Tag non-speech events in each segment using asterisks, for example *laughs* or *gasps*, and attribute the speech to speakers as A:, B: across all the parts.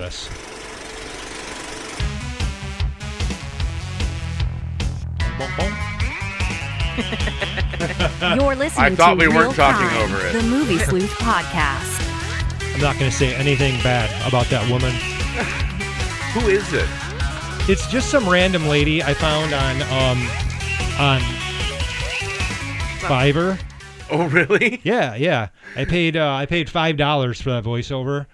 A: us. Bonk, bonk.
B: You're listening
C: *laughs* I thought
B: to
C: we
B: Real
C: weren't talking
B: Crime,
C: over it.
B: The Movie Sleuth Podcast.
A: I'm not going to say anything bad about that woman.
C: Who is it?
A: It's just some random lady I found on um on Fiverr.
C: *laughs* Oh, really?
A: Yeah, yeah. I paid uh, I paid five dollars for that voiceover.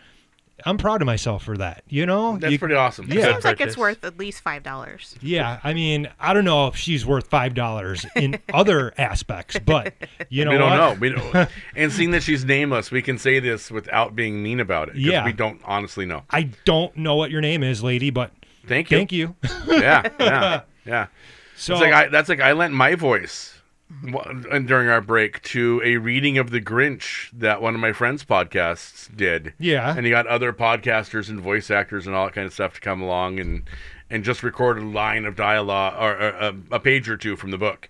A: I'm proud of myself for that. You know,
C: That's
A: You-
C: pretty awesome.
A: Yeah.
C: Good
D: Seems like it's
C: purchase.
D: worth at least five dollars.
A: Yeah, I mean, I don't know if she's worth five dollars
C: *laughs*
A: in other aspects, but you know,
C: we don't
A: what?
C: know.
A: *laughs*
C: We don't. and seeing that she's nameless, we can say this without being mean about it. 'cause
A: Yeah.
C: we don't honestly know.
A: I don't know what your name is, lady, but
C: Thank you.
A: thank you. *laughs*
C: Yeah, yeah, yeah.
A: So
C: it's like I, that's like I lent my voice wa- and during our break to a reading of the Grinch that one of my friends' podcasts did.
A: Yeah.
C: and he got other podcasters and voice actors and all that kind of stuff to come along and and just record a line of dialogue or, or a, a page or two from the book.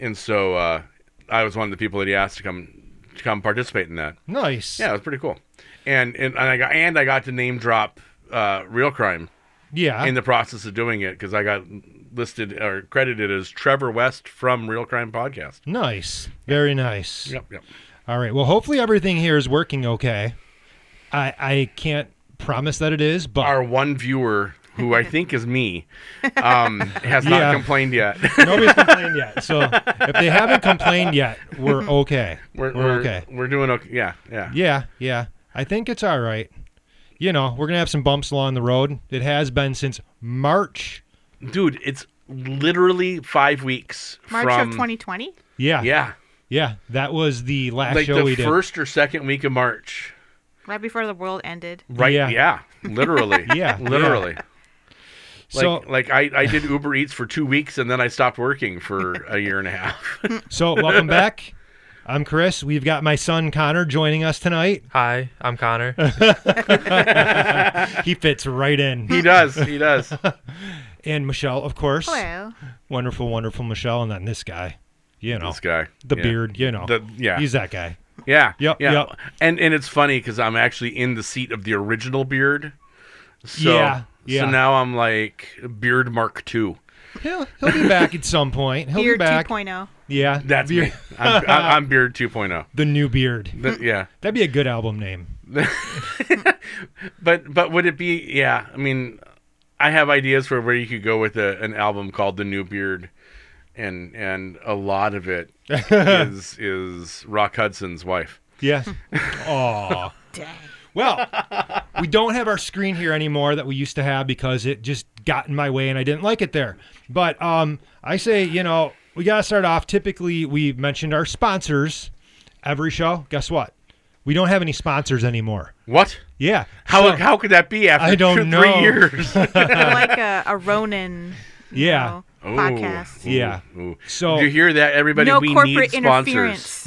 C: And so uh, I was one of the people that he asked to come to come participate in that.
A: nice.
C: Yeah, it was pretty cool. And and, and I got and I got to name drop uh, Real Crime
A: yeah.
C: *laughs* in the process of doing it because I got listed or credited as Trevor West from Real Crime Podcast.
A: nice. Very nice.
C: Yep, yep.
A: All right. Well, hopefully everything here is working okay. I I can't promise that it is, but
C: Our one viewer, who I think is
A: *laughs*
C: me, um, has
A: Yeah.
C: not
A: *laughs*
C: complained yet.
A: nobody's complained yet. So if they haven't complained yet,
C: *laughs*
A: we're okay.
C: we're, we're,
A: okay.
C: We're doing okay. Yeah, yeah.
A: Yeah, yeah. I think it's all right. You know, we're gonna have some bumps along the road. It has been since March.
C: Dude, it's literally five weeks
D: March
C: from
D: of 2020.
A: Yeah,
C: Yeah,
A: yeah. That was the last
C: like
A: show we
C: the
A: did.
C: first or second week of March.
D: Right before the world ended.
C: Right.
A: Yeah.
C: Yeah. Literally.
A: *laughs* Yeah,
C: Literally. Like,
A: so,
C: like I, I did Uber Eats for two weeks and then I stopped working for a year and a half. *laughs*
A: so welcome back. I'm Chris. We've got my son Connor joining us tonight.
E: Hi,
A: *laughs*
E: I'm Connor.
A: He fits right in.
C: he does. He does.
A: And Michelle, of course.
D: Hello.
A: Wonderful, wonderful Michelle, and then this guy. You know,
C: This guy.
A: the
C: Yeah.
A: beard. You know,
C: The- yeah.
A: he's that guy.
C: Yeah.
A: Yep,
C: Yeah.
A: yep.
C: And and it's funny because I'm actually in the seat of the original beard. So,
A: Yeah, yeah.
C: So now I'm like beard mark two.
A: He'll he'll be back at some point. He'll
D: Year
A: be back.
D: 2.0.
A: Yeah,
C: That's
A: beard,
C: me. I'm,
A: *laughs*
C: I- I'm beard 2.0.
A: the new beard.
C: Th- yeah.
A: That'd be a good album name.
C: But but would it be? Yeah. I mean, I have ideas for where you could go with a, an album called The New Beard, and and a lot
A: *laughs*
C: of it is is Rock Hudson's wife.
A: Yes. *laughs* Aw.
D: Dang.
C: *laughs*
A: Well, we don't have our screen here anymore that we used to have because it just got in my way and I didn't like it there. But um, I say, you know, we got to start off. Typically, we mentioned our sponsors every show. Guess what? We don't have any sponsors anymore.
C: What?
A: Yeah.
C: How
A: So-
C: how could that be after
A: I don't
C: two,
A: know.
C: three years?
D: like a, a Ronin. you
A: Yeah.
D: know,
C: Ooh,
D: podcast.
C: ooh,
A: Yeah.
C: ooh.
A: So-
C: you hear that, everybody?
D: no
C: we
D: corporate
C: need sponsors.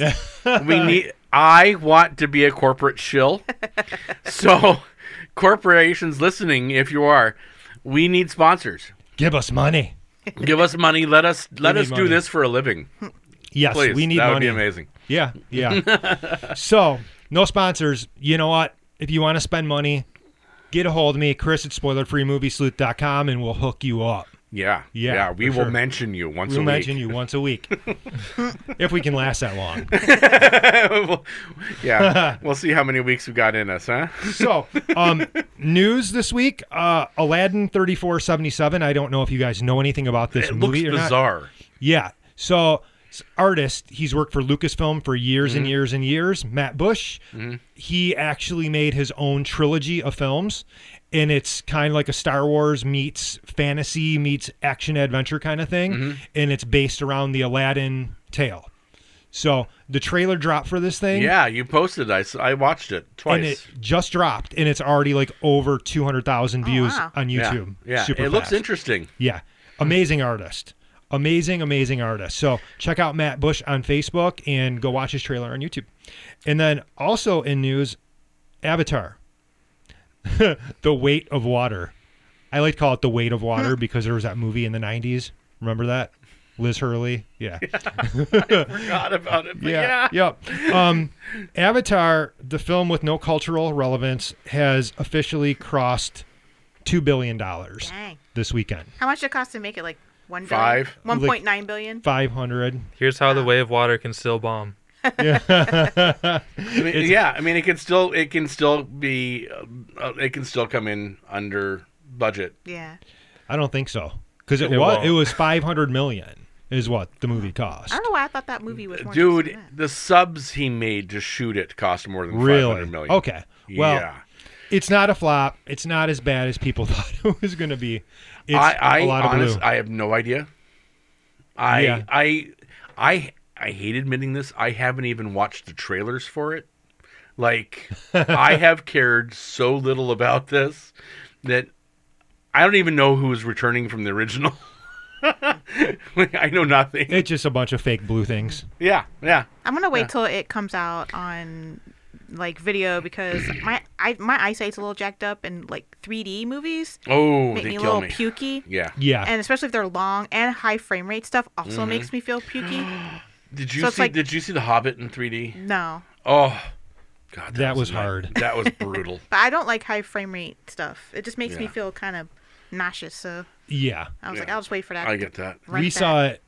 A: *laughs*
D: interference.
C: *laughs* we need. I want to be a corporate
D: *laughs*
C: shill. so, corporations listening, if you are, we need sponsors.
A: give us money.
C: Give us money.
A: *laughs*
C: Let us let
A: need
C: us
A: money.
C: do this for a living.
A: Yes,
C: Please,
A: we need
C: that would
A: money.
C: be amazing.
A: Yeah, yeah.
C: *laughs*
A: so, no sponsors. You know what? If you want to spend money, get a hold of me, Chris at spoilerfreemoviesleuth.com, and we'll hook you up.
C: Yeah,
A: Yeah,
C: we
A: for
C: will
A: sure.
C: mention you once
A: We'll
C: a
A: mention
C: week.
A: you once a
C: *laughs*
A: week if we can last that long.
C: *laughs* We'll-
A: *laughs*
C: yeah, we'll see how many weeks we got in us, huh?
A: So, um, news this week uh, Aladdin 3477. I don't know if you guys know anything about this
C: It looks
A: movie or not.
C: bizarre.
A: Yeah. So, s- artist, he's worked for Lucasfilm for years
C: Mm-hmm.
A: and years and years. Matt Bush, he actually made his own trilogy of films, and it's kind of like a Star Wars meets fantasy meets action adventure kind of thing,
C: Mm-hmm.
A: and it's based around the Aladdin tale. So the trailer dropped for this thing,
C: Yeah, you posted. I s- I watched it twice.
A: and it just dropped, and it's already like over two hundred thousand views
D: wow.
A: on
C: Oh, yeah,
A: YouTube.
C: yeah,
A: Super
C: it looks
A: fast.
C: interesting.
A: Yeah. Amazing artist. Amazing, amazing artist. So check out Matt Bush on Facebook and go watch his trailer on YouTube. And then also in news, Avatar. *laughs* the Weight of Water. I like to call it The Weight of Water because there was that movie in the 90s. Remember that? Liz Hurley. Yeah.
C: forgot about it. But yeah.
A: yeah. Yep. Um, Avatar, the film with no cultural relevance, has officially crossed $2 billion
D: Dang.
A: this weekend.
D: How much did it cost to make it? Like one billion?
C: Five.
D: One point nine billion.
A: 500.
E: Here's how the way of water can still bomb.
C: I mean, yeah, I mean, it can still it can still be uh, it can still come in under budget.
D: Yeah.
A: I don't think so. Because it,
E: It
A: was,
E: won't.
A: it was 500 million is what the movie cost.
D: I don't know why I thought that movie was more
C: Dude,
D: expensive than that.
C: the subs he made to shoot it cost more than five
A: Really?
C: hundred million.
A: Okay. Well,
C: yeah.
A: it's not a flop. It's not as bad as people *laughs* thought it was going to be. It's
C: I, I
A: a lot of
C: honest,
A: blue.
C: I have no idea. I
A: Yeah.
C: I I I hate admitting this. I haven't even watched the trailers for it.
A: *laughs*
C: Like I have cared so little about this that I don't even know who is returning from the original. *laughs* Like, I know nothing.
A: it's just a bunch of fake blue things.
C: yeah, yeah.
D: I'm gonna wait till it comes out on like video because my I my eyesight's a little jacked up and like 3D movies
C: Oh,
D: make
C: they
D: me a
C: kill
D: little
C: me.
D: pukey.
C: Yeah.
A: Yeah.
D: And especially if they're long and high frame rate stuff also makes me feel pukey.
C: Did you
D: So it's
C: see
D: like-
C: Did you see the Hobbit in 3D?
D: No.
C: Oh, God,
A: That was
C: a-
A: hard.
C: That was
D: *laughs*
C: brutal.
D: But I don't like high frame rate stuff. It just makes me
C: Yeah.
D: feel kind of nauseous. So
A: yeah.
D: I was like,
C: Yeah.
D: I'll just wait for that.
C: I
D: to
C: get that.
D: rent
A: we
D: that.
A: saw it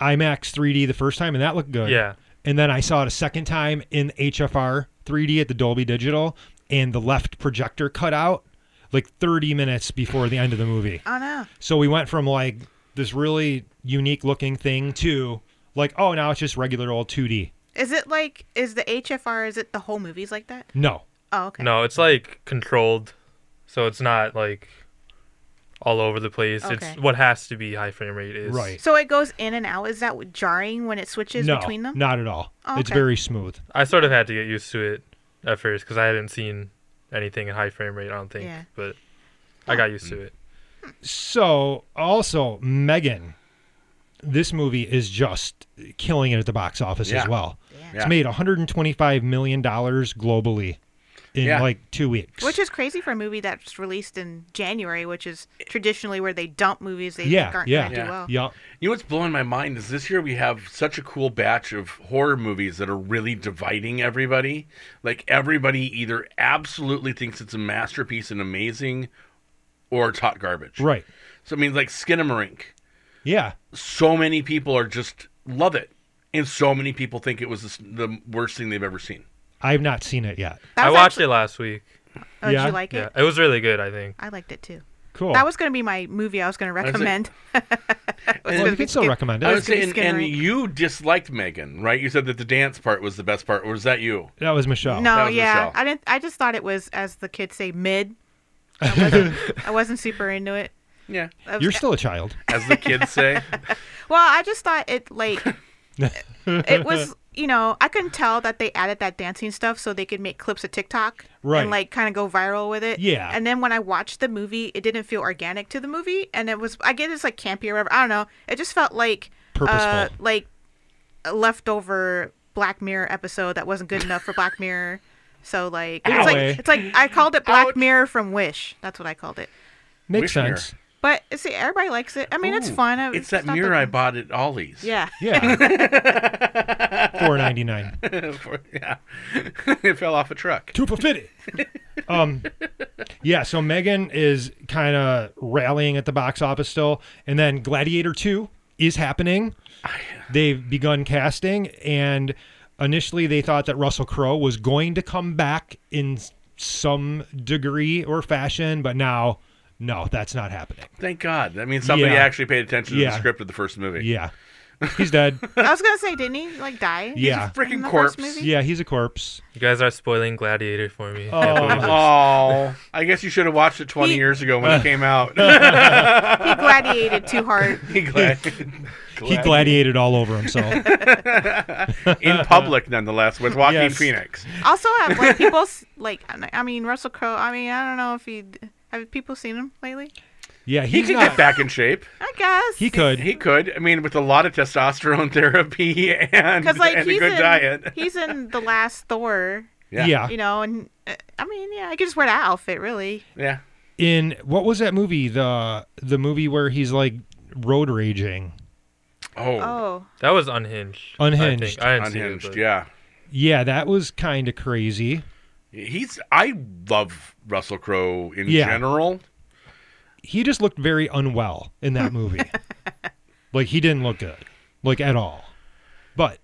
A: IMAX 3D the first time, and that looked good.
E: Yeah.
A: And then I saw it a second time in HFR 3D at the Dolby Digital, and the left projector cut out like 30 minutes before the end of the movie.
D: Oh no.
A: So we went from like this really unique looking thing to like, oh, now it's just regular old 2D.
D: Is it like is the HFR? Is it the whole movies like that?
A: No.
D: Oh okay.
E: No, it's like controlled, so it's not like all over the place.
D: Okay.
E: It's what has to be high frame rate is
A: Right.
D: So it goes in and out. Is that jarring when it switches
A: no,
D: between them?
A: not at all.
D: Oh,
A: It's
D: okay.
A: very smooth.
E: I sort of had to get used to it at first because I hadn't seen anything in high frame rate. I don't think,
D: Yeah.
E: but I got used to it.
A: So, also, Megan, this movie is just killing it at the box office as
C: Yeah.
A: well. It's
C: Yeah.
A: made 125 million dollars globally in
C: Yeah.
A: like two weeks.
D: Which is crazy for a movie that's released in January, which is traditionally where they dump movies they
A: yeah,
D: think aren't
A: yeah,
D: gonna do well.
A: yeah.
C: You know what's blowing my mind is this year we have such a cool batch of horror movies that are really dividing everybody. Like everybody either absolutely thinks it's a masterpiece and amazing, or it's hot garbage.
A: Right.
C: So I mean, like Skinamarink,
A: Yeah.
C: so many people are just love it, and so many people think it was the, s- the worst thing they've ever seen.
A: I've not seen it yet.
D: That
E: I
D: was
E: watched
D: actually-
E: it last week.
D: Oh, did
A: Yeah.
D: you like
E: Yeah,
D: it?
E: it was really good. I think.
D: I liked it too.
A: Cool.
D: That was going to be my movie I was going to
C: was like-
D: recommend. *laughs*
C: And
A: well,
C: then-
A: you can still recommend it.
C: I
D: was
C: would say,
D: gonna
C: and, and
D: Skinner Inc.
C: you disliked Megan, right? You said that the dance part was the best part. Or was that you?
A: that was Michelle.
D: No,
C: was
D: yeah,
C: Michelle.
D: I didn't. I just thought it was, as the kids
A: *laughs*
D: say, mid. I wasn't, I wasn't super into it.
C: Yeah.
D: I was-
A: You're still a child.
C: As the kids say.
D: well. *laughs* I just thought it like
A: *laughs*
D: it was. You know, I couldn't tell that they added that dancing stuff so they could make clips of TikTok
A: Right.
D: and like kind of go viral with it.
A: Yeah.
D: And then when I watched the movie, it didn't feel organic to the movie, and it was. I get it's like campy or whatever. I don't know. It just felt like uh,
A: Purposeful.
D: like a leftover Black Mirror episode that wasn't good enough
A: *laughs*
D: for Black Mirror. So like it's like
A: Anyway.
D: it's like I called it Black Mirror from Wish. That's what I called it.
A: Makes
C: Wishmere.
A: sense.
D: But see, everybody likes it. I mean, it's
C: Ooh,
D: fun. I-
C: It's that
D: not
C: mirror I bought at Ollie's.
D: Yeah.
A: Yeah.
C: *laughs*
A: Four ninety nine.
C: For- yeah. *laughs* it fell off a truck.
A: Two for
C: *laughs*
A: fifty. Um, yeah. So Megan is kind of rallying at the box office still, and then Gladiator Two is happening.
C: uh,
A: They've begun casting, and initially they thought that Russell Crowe was going to come back in s- some degree or fashion, but now, no, that's not happening.
C: Thank God. That means somebody
A: Yeah.
C: actually paid attention to
A: Yeah.
C: the script of the first movie.
A: Yeah, he's
C: *laughs*
A: dead.
D: I was gonna say, didn't he like die?
A: Yeah,
D: In
C: Freaking
D: the
C: corpse.
D: first movie?
A: yeah, he's a corpse.
E: You guys are spoiling Gladiator for me.
C: Oh, I guess you should have watched it 20
D: He-
C: years ago when
A: *laughs*
C: it came out. *laughs*
D: He gladiated too hard.
A: *laughs*
C: Glad-
A: He
C: glad-
A: gladiated all over
C: *laughs*
A: himself.
C: in public, nonetheless, with Joaquin
A: Yes.
C: Phoenix.
D: Also, have like people s- like I mean Russell Crowe. I mean, I don't know if he have people seen him lately.
A: Yeah,
C: He
A: he's
C: could
A: not.
C: get back in shape.
D: I guess
A: He could.
C: He could. I mean, with a lot of testosterone *laughs* therapy and,
D: because like
C: and a
D: he's
C: good
D: in
C: diet. *laughs*
D: he's in the last Thor.
A: yeah.
D: You know, and uh, I mean, yeah, I could just wear that outfit really.
C: Yeah.
A: In what was that movie? The the movie where he's like road raging.
C: Oh,
D: Oh,
E: That was unhinged. I
A: Unhinged.
E: think. I hadn't seen it,
C: unhinged.
E: but-
C: yeah,
A: Yeah, that was kind of crazy.
C: he's. I love Russell Crowe in
A: Yeah.
C: general.
A: He just looked very unwell in that
D: *laughs*
A: movie. like he didn't look good, like at all. But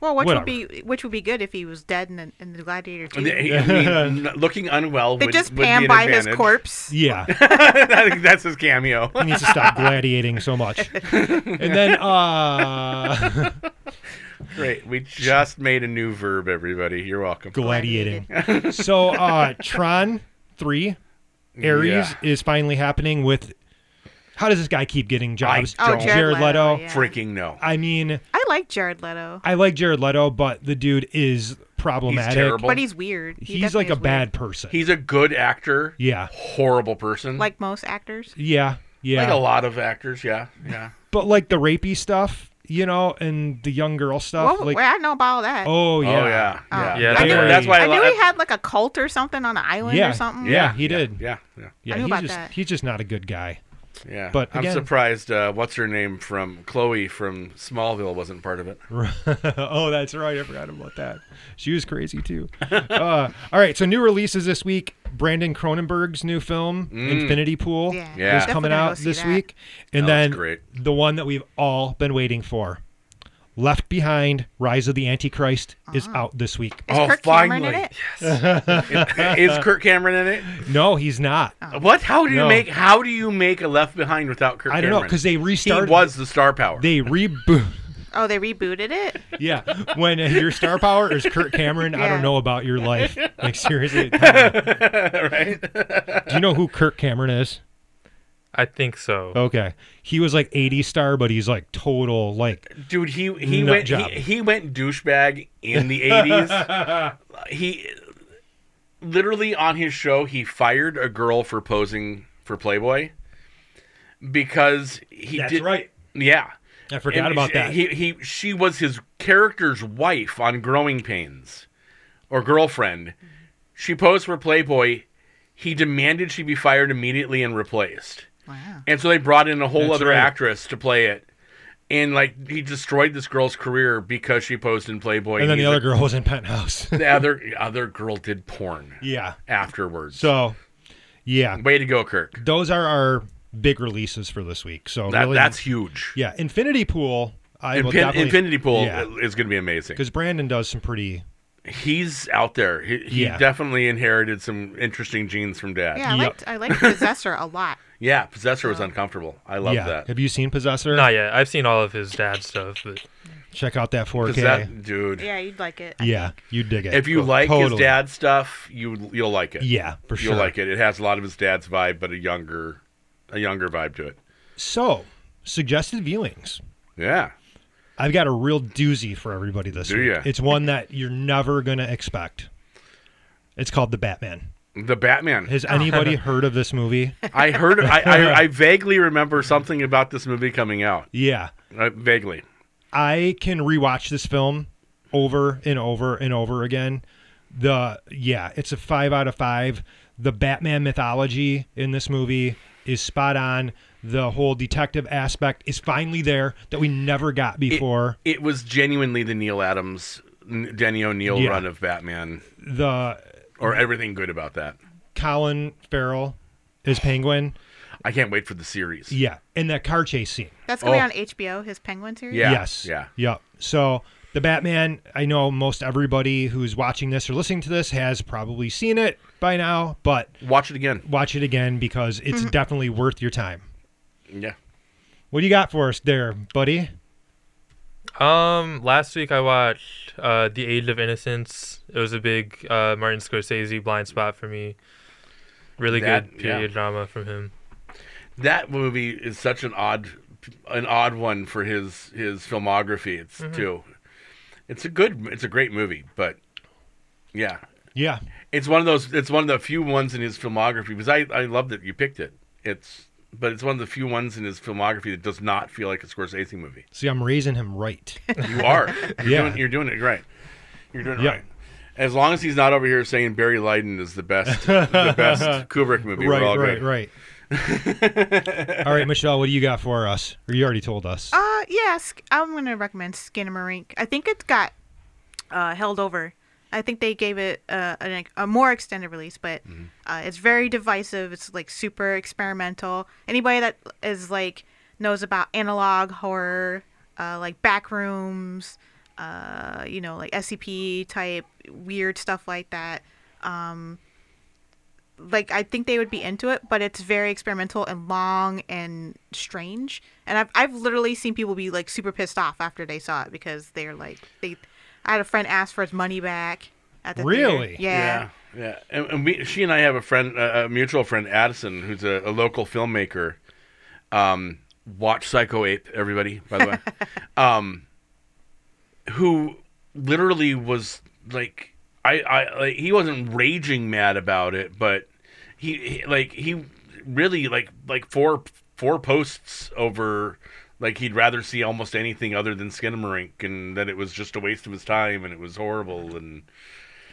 D: well, which
A: Whatever.
D: would be which would be good if he was dead in the, in the Gladiator
C: I
A: *laughs*
D: too. They,
C: mean, looking unwell. would,
D: just
C: would be
D: pan
C: an
D: by his
C: advantage. *laughs*
D: corpse.
A: yeah,
C: I think that's his cameo. *laughs*
A: he needs to
D: *laughs*
A: stop gladiating so much. And then
D: *laughs*
A: uh
C: Great. We just made a new verb, everybody. You're welcome.
A: gladiating. so uh Tron 3 Ares
C: Yeah.
A: is finally happening with How does this guy keep getting jobs?
D: Oh,
C: Don't.
D: Jared,
A: Jared
D: Leto.
A: Leto.
D: yeah.
C: Freaking no.
A: I mean,
D: I like Jared Leto,
A: I like Jared Leto, but the dude is
C: He's
A: problematic.
C: terrible.
D: but he's weird. He
A: He's
D: definitely
A: like a
D: is weird.
A: bad person.
C: He's a good actor.
A: yeah.
C: Horrible person.
D: like most actors.
A: Yeah. Yeah.
C: Like a lot of actors. Yeah. Yeah.
A: but like the rapey stuff, you know, and the young girl stuff.
D: well,
A: like,
D: well, I know about all that.
A: oh yeah,
C: Oh yeah. Yeah.
E: Yeah,
C: That's,
A: that's
C: why-
A: right.
C: that's why I,
D: I knew
C: lo-
D: he had like a cult or something on an island
A: yeah,
D: or something.
A: yeah, he did.
C: Yeah. Yeah.
A: Yeah,
D: I knew
A: he's
D: about
A: just
D: that.
A: he's just not a good guy.
C: Yeah.
A: But
C: I'm
A: again-
C: surprised uh, what's her name from Chloe from Smallville wasn't part of
A: *laughs*
C: it.
A: oh, that's right, I forgot about that. She was crazy too. uh, *laughs* all right, so new releases this week: Brandon Cronenberg's new film Infinity Pool
D: Yeah.
C: Mm. Yeah.
A: is coming
D: Definitely gonna
A: out
D: go see
A: this
D: that.
A: week, and
C: That
A: then
C: looks great.
A: the one that we've all been waiting for. Left Behind: Rise of the Antichrist is
D: Ah.
A: out this week.
D: Is
C: Oh,
D: Kirk Cameron in
C: finally.
D: it?
C: Is Kirk Cameron in it?
A: No, he's not.
D: Oh.
C: What? How do you
A: No.
C: make how do you make a Left Behind without Kirk
A: I don't know,
C: Cameron?
A: 'cause they restarted-
C: He was the star
A: *laughs*
C: power.
A: They reboot.
D: Oh, they rebooted it.
A: Yeah, when uh, your star power is Kurt Cameron, I
D: Yeah.
A: don't know about your life. Like
C: *laughs*
A: seriously, Kyle, do you know who Kurt Cameron is?
E: I think so.
A: Okay, he was like 80 star, but he's like total like
C: Dude, he he
A: Nut
C: went he,
A: job.
C: he went douchebag in the eighties.
A: *laughs*
C: he literally on his show he fired a girl for posing for Playboy because he
A: That's
C: did
A: right.
C: Yeah,
A: I forgot
C: And
A: about
C: she-
A: that.
C: He he she was his character's wife on Growing Pains, or girlfriend. She posed for Playboy. He demanded she be fired immediately and replaced.
D: Wow.
C: And so they brought in a whole
A: That's
C: other
A: right.
C: actress to play it. And like he destroyed this girl's career because she posed in Playboy.
A: and then the
C: he's
A: other
C: like-
A: girl was in Penthouse. *laughs*
C: the other other girl did porn
A: yeah.
C: afterwards.
A: So, yeah,
C: way to go, Kirk.
A: those are our big releases for this week. So
C: That,
A: really,
C: that's huge.
A: yeah, Infinity Pool. I will
C: Infin-
A: definitely
C: Infinity Pool
A: Yeah,
C: is going to be amazing.
A: because Brandon does some pretty.
C: He's out there. He, he
A: Yeah.
C: definitely inherited some interesting genes from dad.
D: Yeah, I
A: Yep.
D: liked I liked Possessor a lot.
C: Yeah, Possessor was uncomfortable. I love
A: yeah,
C: that.
A: have you seen Possessor?
E: Not yet. I've seen all of his dad stuff, but
A: Check out that 4K.
C: Because that dude,
D: Yeah, you'd like it. I
A: yeah, you dig it.
C: if you like his
A: Totally.
C: dad stuff, you you'll like it.
A: Yeah, for sure.
C: You'll like it. It has a lot of his dad's vibe, but a younger, a younger vibe to it.
A: So, suggested viewings.
C: Yeah.
A: I've got a real doozy for everybody this
C: Do
A: week.
C: ya?
A: It's one that you're never going to expect. It's called The Batman.
C: The Batman.
A: Has anybody heard of this movie?
C: I heard.
A: *laughs*
C: I, I, I vaguely remember something about this movie coming out.
A: Yeah.
C: Uh, vaguely.
A: I can rewatch this film over and over and over again. The yeah, it's a 5 out of 5. The Batman mythology in this movie is spot on. The whole detective aspect is finally there that we never got before.
C: It was genuinely the Neil Adams, N- Denny O'Neill
A: Yeah.
C: run of Batman,
A: the
C: or everything good about that.
A: Colin Farrell is Penguin.
C: I can't wait for the series.
A: Yeah, in that car chase scene.
D: That's
C: Oh.
D: gonna be on HBO, his Penguin series.
C: Yeah.
A: yes.
C: yeah.
A: Yep. So the Batman, I know most everybody who's watching this or listening to this has probably seen it by now, but
C: Watch it again.
A: watch it again because it's
D: Mm-hmm.
A: definitely worth your time.
C: Yeah.
A: What do you got for us there, buddy?
E: um, last week I watched uh, The Age of Innocence. It was a big uh, Martin Scorsese blind spot for me. Really
C: That-
E: good period drama from him.
C: that movie is such an odd an odd one for his his filmography it's
A: Mm-hmm.
C: too it's a good it's a great movie but yeah
A: Yeah.
C: it's one of those it's one of the few ones in his filmography because i i love that you picked it it's but it's one of the few ones in his filmography that does not feel like a scorsese movie
A: See, I'm raising him
C: *laughs*
A: right.
C: you
A: *laughs*
C: are you're
A: Yeah.
C: doing, you're doing it right you're doing it
A: Yeah.
C: right as long as
A: *laughs*
C: he's not over here saying Barry Lyndon is the best, the best Kubrick movie, we're all
A: right, right,
C: good.
A: right.
C: *laughs*
A: All right, Michelle, what do you got for us? Or you already told us.
D: Uh, yeah, sk- I'm gonna recommend Skinamarink. I think it got uh, held over. I think they gave it uh, an, ex- a more extended release, but uh, it's very divisive. It's like super experimental. Anybody that is like knows about analog horror, uh, like Backrooms, uh, you know, like SCP type weird stuff like that. Um, like I think they would be into it, but it's very experimental and long and strange. And I've I've literally seen people be like super pissed off after they saw it because they're like they. I had a friend ask for his money back. At the theater.
A: Really?
D: Yeah.
C: Yeah, yeah. And, and we, she and I have a friend, uh, a mutual friend, Addison, who's a, a local filmmaker. Um, watch Psycho Ape, everybody, by the way. um, who literally was like, I, I, like, he wasn't raging mad about it, but he, he, like, he really like, like four, four posts over. Like he'd rather see almost anything other than Skinamarink, and that it was just a waste of his time, and it was horrible, and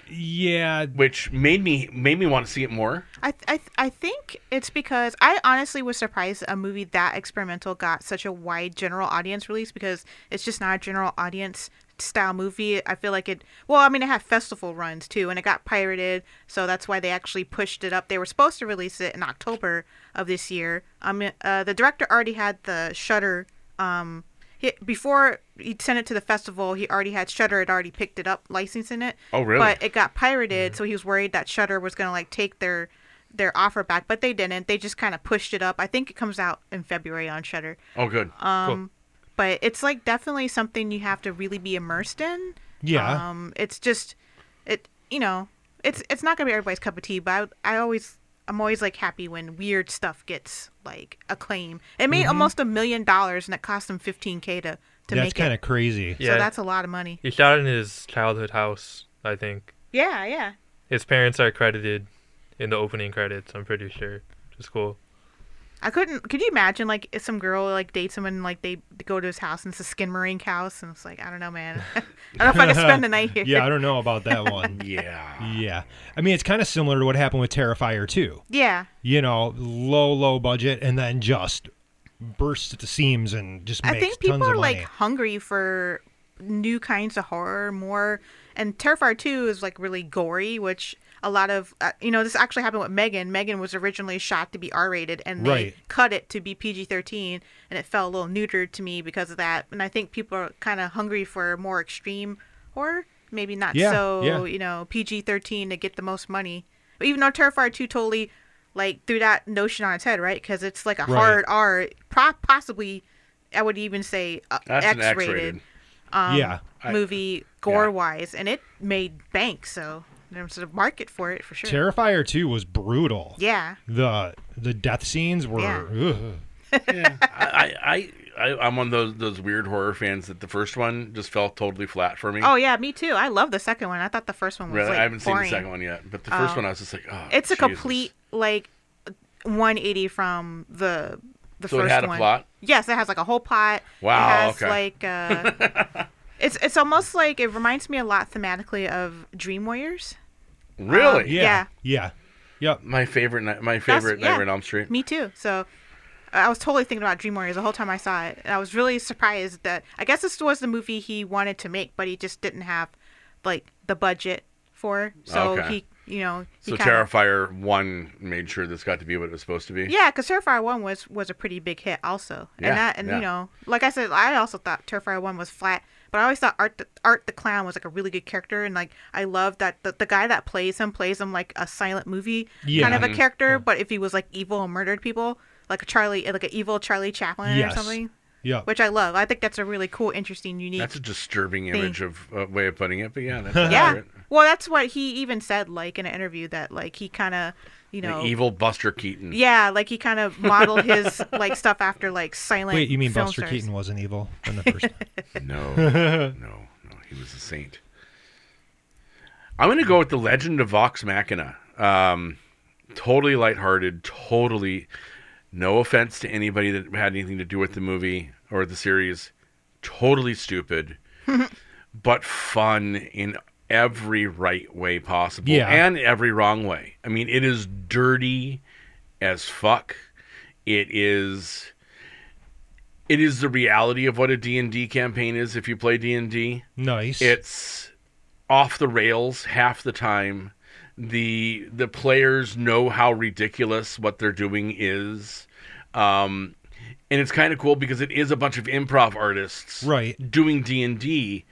A: yeah.
C: which made me made me want to see it more.
D: I, th- I, th- I think it's because I honestly was surprised a movie that experimental got such a wide general audience release because it's just not a general audience style movie. I feel like it, well, I mean, it had festival runs too, and it got pirated, so that's why they actually pushed it up. They were supposed to release it in October of this year. Um, uh, the director already had the Shutter. Um, he, before he sent it to the festival, he already had Shutter had already picked it up, licensing it.
C: Oh, really?
D: But it got pirated, so he was worried that Shutter was gonna like take their their offer back, but they didn't. They just kind of pushed it up. I think it comes out in February on Shutter.
C: Oh, good.
D: Um, but it's like definitely something you have to really be immersed in.
A: Yeah.
D: Um, it's just, it you know, it's it's not gonna be everybody's cup of tea, but I I always I'm always like happy when weird stuff gets like acclaim. It
C: Mm-hmm.
D: made almost a million dollars, and it cost them 15k to to
A: That's
D: make
A: kind
D: it.
A: of
D: *laughs*
A: crazy.
E: Yeah.
D: So that's a lot of money.
E: He shot it in his childhood house, I think.
D: Yeah, yeah.
E: His parents are credited in the opening credits, I'm pretty sure. Which is cool.
D: I couldn't. Could you imagine like if some girl like dates him and like they go to his house and it's a skin marine house and it's like I don't know, man. *laughs* I don't know if I can spend the night here.
A: *laughs* Yeah, I don't know about that one.
C: yeah.
A: yeah. I mean, it's kind of similar to what happened with Terrifier too.
D: yeah.
A: You know, low, low budget and then just bursts at the seams and just
D: I
A: makes
D: think people
A: tons
D: are
A: of money.
D: like hungry for new kinds of horror more, and Terrifier Two is like really gory, which a lot of uh, you know this actually happened with Megan. Megan was originally shot to be R rated, and they
A: Right.
D: cut it to be PG thirteen, and it felt a little neutered to me because of that. And I think people are kind of hungry for more extreme horror, maybe not
A: Yeah,
D: so
A: yeah.
D: you know PG thirteen to get the most money. But even though Terrifier Two totally like threw that notion on its head, right? Because it's like a
A: Right.
D: hard R, pro- possibly I would even say uh,
C: That's an
D: X-rated
C: X-rated.
D: um,
A: yeah.
D: movie gore-wise, and it made bank. So there's a market for it for sure.
A: Terrifier 2 was brutal.
D: yeah,
A: The the death scenes were
D: Yeah.
A: ugh.
C: I, I, I, I'm one of those those weird horror fans that the first one just fell totally flat for me.
D: Oh yeah, me too. I love the second one. I thought the first one was
C: really?
D: like
C: I haven't
D: boring.
C: seen the second one yet, but the first one I was just like, oh,
D: It's a
C: Jesus.
D: complete like 180 from the the
C: So it
D: first
C: had a
D: one.
C: plot?
D: Yes, it has like a whole plot.
C: Wow,
D: It has
C: okay.
D: like uh,
C: *laughs*
D: it's it's almost like it reminds me a lot thematically of Dream Warriors.
C: Really?
A: Yeah.
D: uh, Yeah.
A: Yeah. Yep.
C: My favorite, ni- my
D: That's-
C: favorite
D: yeah.
C: Nightmare on Elm Street.
D: Me too. So I was totally thinking about Dream Warriors the whole time I saw it. And I was really surprised that I guess this was the movie he wanted to make, but he just didn't have like the budget for. So
C: Okay.
D: he, you know, he
C: so
D: kinda-
C: Terrifier one made sure this got to be what it was supposed to be.
D: Yeah, because Terrifier One was was a pretty big hit also,
C: Yeah,
D: and that and
C: yeah.
D: you know, like I said, I also thought Terrifier One was flat, but I always thought Art the, Art the Clown was like a really good character, and like I love that the, the guy that plays him plays him like a silent movie
A: Yeah.
D: kind of a character, but if he was like evil and murdered people, like a Charlie, like an evil Charlie Chaplin
A: Yes.
D: or something,
A: Yep.
D: which I love. I think that's a really cool, interesting, unique.
C: That's a disturbing image of uh, way of putting it, but yeah,
D: *laughs*
C: that's
D: yeah.
C: accurate.
D: Well, that's what he even said, like in an interview, that like he kind of, you
C: The
D: know,
C: evil Buster Keaton.
D: Yeah, like he kind of modeled his like stuff after like silent.
A: Wait, you mean
D: film
A: Buster
D: stars.
A: Keaton wasn't evil in
D: *laughs*
A: the first one?
C: No, no, no. He was a saint. I'm going to go with the legend of Vox Machina. Um, totally lighthearted. Totally. No offense to anybody that had anything to do with the movie or the series. Totally stupid, but fun in every right way possible
A: Yeah.
C: and every wrong way. I mean, it is dirty as fuck. It is it is the reality of what a D&D campaign is if you play D&D.
A: Nice.
C: It's off the rails half the time. The the players know how ridiculous what they're doing is. Um and it's kind of cool because it is a bunch of improv artists
A: right.
C: doing D and D,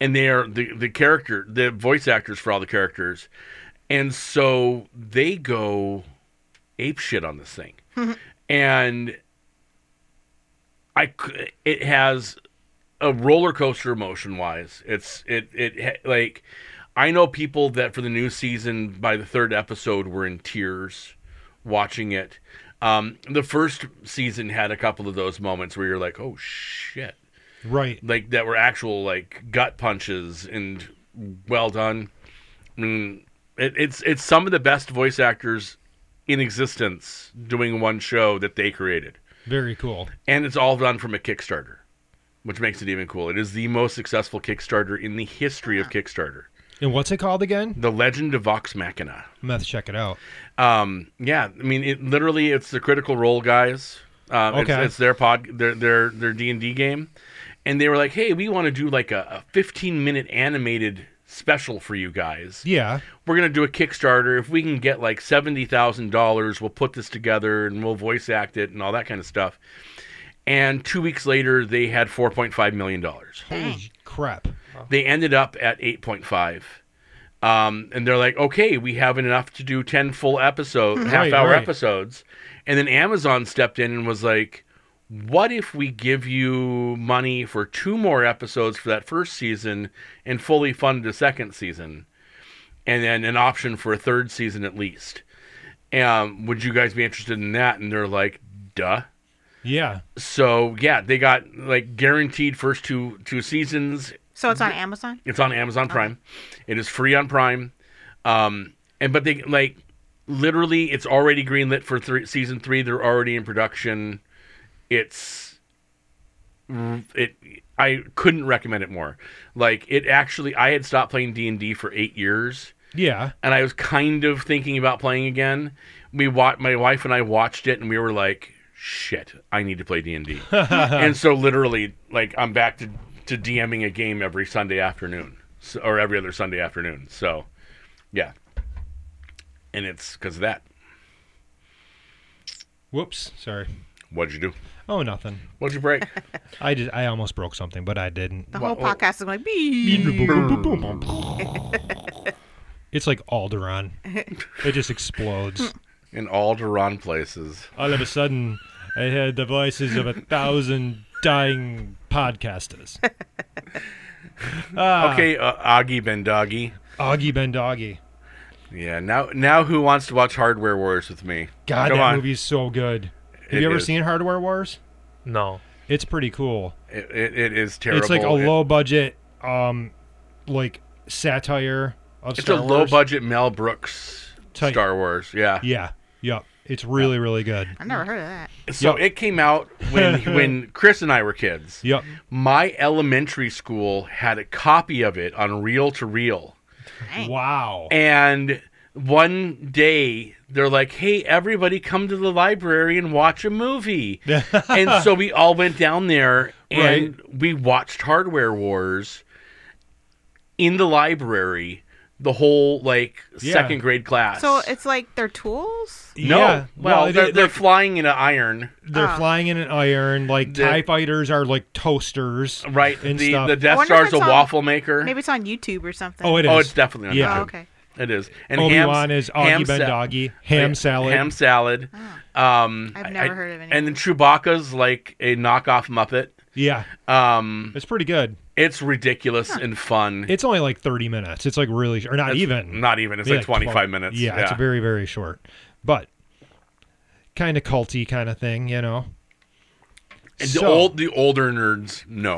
C: and they are the the character, the voice actors for all the characters, and so they go ape shit on this thing, and I c- it has a roller coaster emotion wise. It's it it ha- like I know people that for the new season by the third episode were in tears watching it. Um, the first season had a couple of those moments where you're like, "Oh shit!"
A: Right.
C: like that were actual like gut punches and well done. I mean, it, it's it's some of the best voice actors in existence doing one show that they created,
A: Very cool.
C: and it's all done from a Kickstarter, which makes it even cool. It is the most successful Kickstarter in the history of Kickstarter.
A: And what's it called again?
C: The Legend of Vox Machina.
A: I'm gonna have to check it out.
C: Um, yeah, I mean, it literally it's the Critical Role guys. Um, it's,
A: Okay.
C: it's their pod, their their their D and D game, and they were like, "Hey, we want to do like a, a 15 minute animated special for you guys.
A: Yeah.
C: We're gonna do a Kickstarter. If we can get like seventy thousand dollars, we'll put this together and we'll voice act it and all that kind of stuff." And two weeks later, they had 4.5 million dollars
A: Holy crap.
C: they ended up at 8.5 um, and they're like okay we have enough to do 10 full episode half hour
A: Hmm. right.
C: episodes and then amazon stepped in and was like what if we give you money for two more episodes for that first season and fully fund the second season and then an option for a third season at least um, would you guys be interested in that and they're like duh
A: Yeah.
C: so yeah they got like guaranteed first two two seasons
D: So it's on Amazon.
C: it's on Amazon Prime. It is free on Prime. Um, and but they like literally, it's already greenlit for three, season three. They're already in production. It's it. I couldn't recommend it more. Like it actually, I had stopped playing D and D for eight years,
A: Yeah.
C: and I was kind of thinking about playing again. We wa- my wife and I watched it, and we were like, "Shit, I need to play D
A: *laughs*
C: and D." And so, literally, like I'm back to to DMing a game every Sunday afternoon, so, or every other Sunday afternoon. So, yeah, and it's because of that.
A: Whoops. Sorry.
C: What'd you do?
A: Oh, nothing.
C: What'd you break?
A: I did. I almost broke something, but I didn't.
D: The
C: Well,
D: whole
C: well-
D: podcast is going like, "Beep."
A: It's like Alderon. It just explodes.
C: *laughs* In all Duran places.
A: All of a sudden, I heard the voices of a thousand dying podcasters. Ah,
C: Okay, uh, Augie Bendoggy.
A: Augie Bendoggy.
C: Yeah, now now who wants to watch Hardware Wars with me?
A: God,
C: Come
A: that
C: on.
A: movie's so good. Have
C: It
A: you ever
C: is.
A: seen Hardware Wars?
E: No.
A: It's pretty cool.
C: It, it, it is terrible.
A: It's like a
C: It-
A: low budget, um, like satire of
C: It's
A: Star
C: a
A: Wars.
C: low budget Mel Brooks
A: Type.
C: Star Wars. Yeah.
A: Yeah, yeah. It's really, really good.
D: I've never heard of that.
C: So
A: Yeah.
C: it came out
A: *laughs*
C: when when Chris and I were kids.
A: Yep.
C: My elementary school had a copy of it on reel to reel.
D: Dang.
A: Wow.
C: And one day they're like, "Hey, everybody come to the library and watch
A: *laughs*
C: a movie." and so we all went down there and we watched Hardware Wars in the library the whole like
A: Yeah.
C: second grade class.
D: So it's like their tools.
C: No.
A: Yeah.
C: Well,
A: they-
C: they're, they're
A: like,
C: flying in an iron,
A: they're
D: Ah.
A: flying in an iron. Like
C: Uh. The-
A: Tie fighters are like toasters.
C: right?
A: And
C: the
A: stuff.
C: the
D: I
C: Death
D: wonder if
C: Star's a
D: it's on-
C: waffle maker.
D: Maybe it's on YouTube or something.
A: Oh, it is.
C: oh, it's definitely on
A: Yeah.
D: Oh,
C: YouTube.
D: okay.
C: It is. And
A: Obi Wan
C: ham's-
A: is oh, Augie
C: sa-
A: Bendoggy. Ham salad.
C: Ham salad. Um,
D: Oh. I've
C: I-
D: never
C: I-
D: heard of any
C: And then
D: of
C: Chewbacca's like a knockoff Muppet.
A: yeah,
C: Um,
A: it's pretty good.
C: it's ridiculous and fun.
A: It's only like thirty minutes. It's like really, or not
C: It's
A: even.
C: not even. It's
A: Maybe
C: like twenty five
A: 12
C: minutes.
A: Yeah, it's very very short, but kind of culty kind of thing, you know.
C: *laughs* And the
A: so-
C: old the older nerds
D: *laughs*
C: no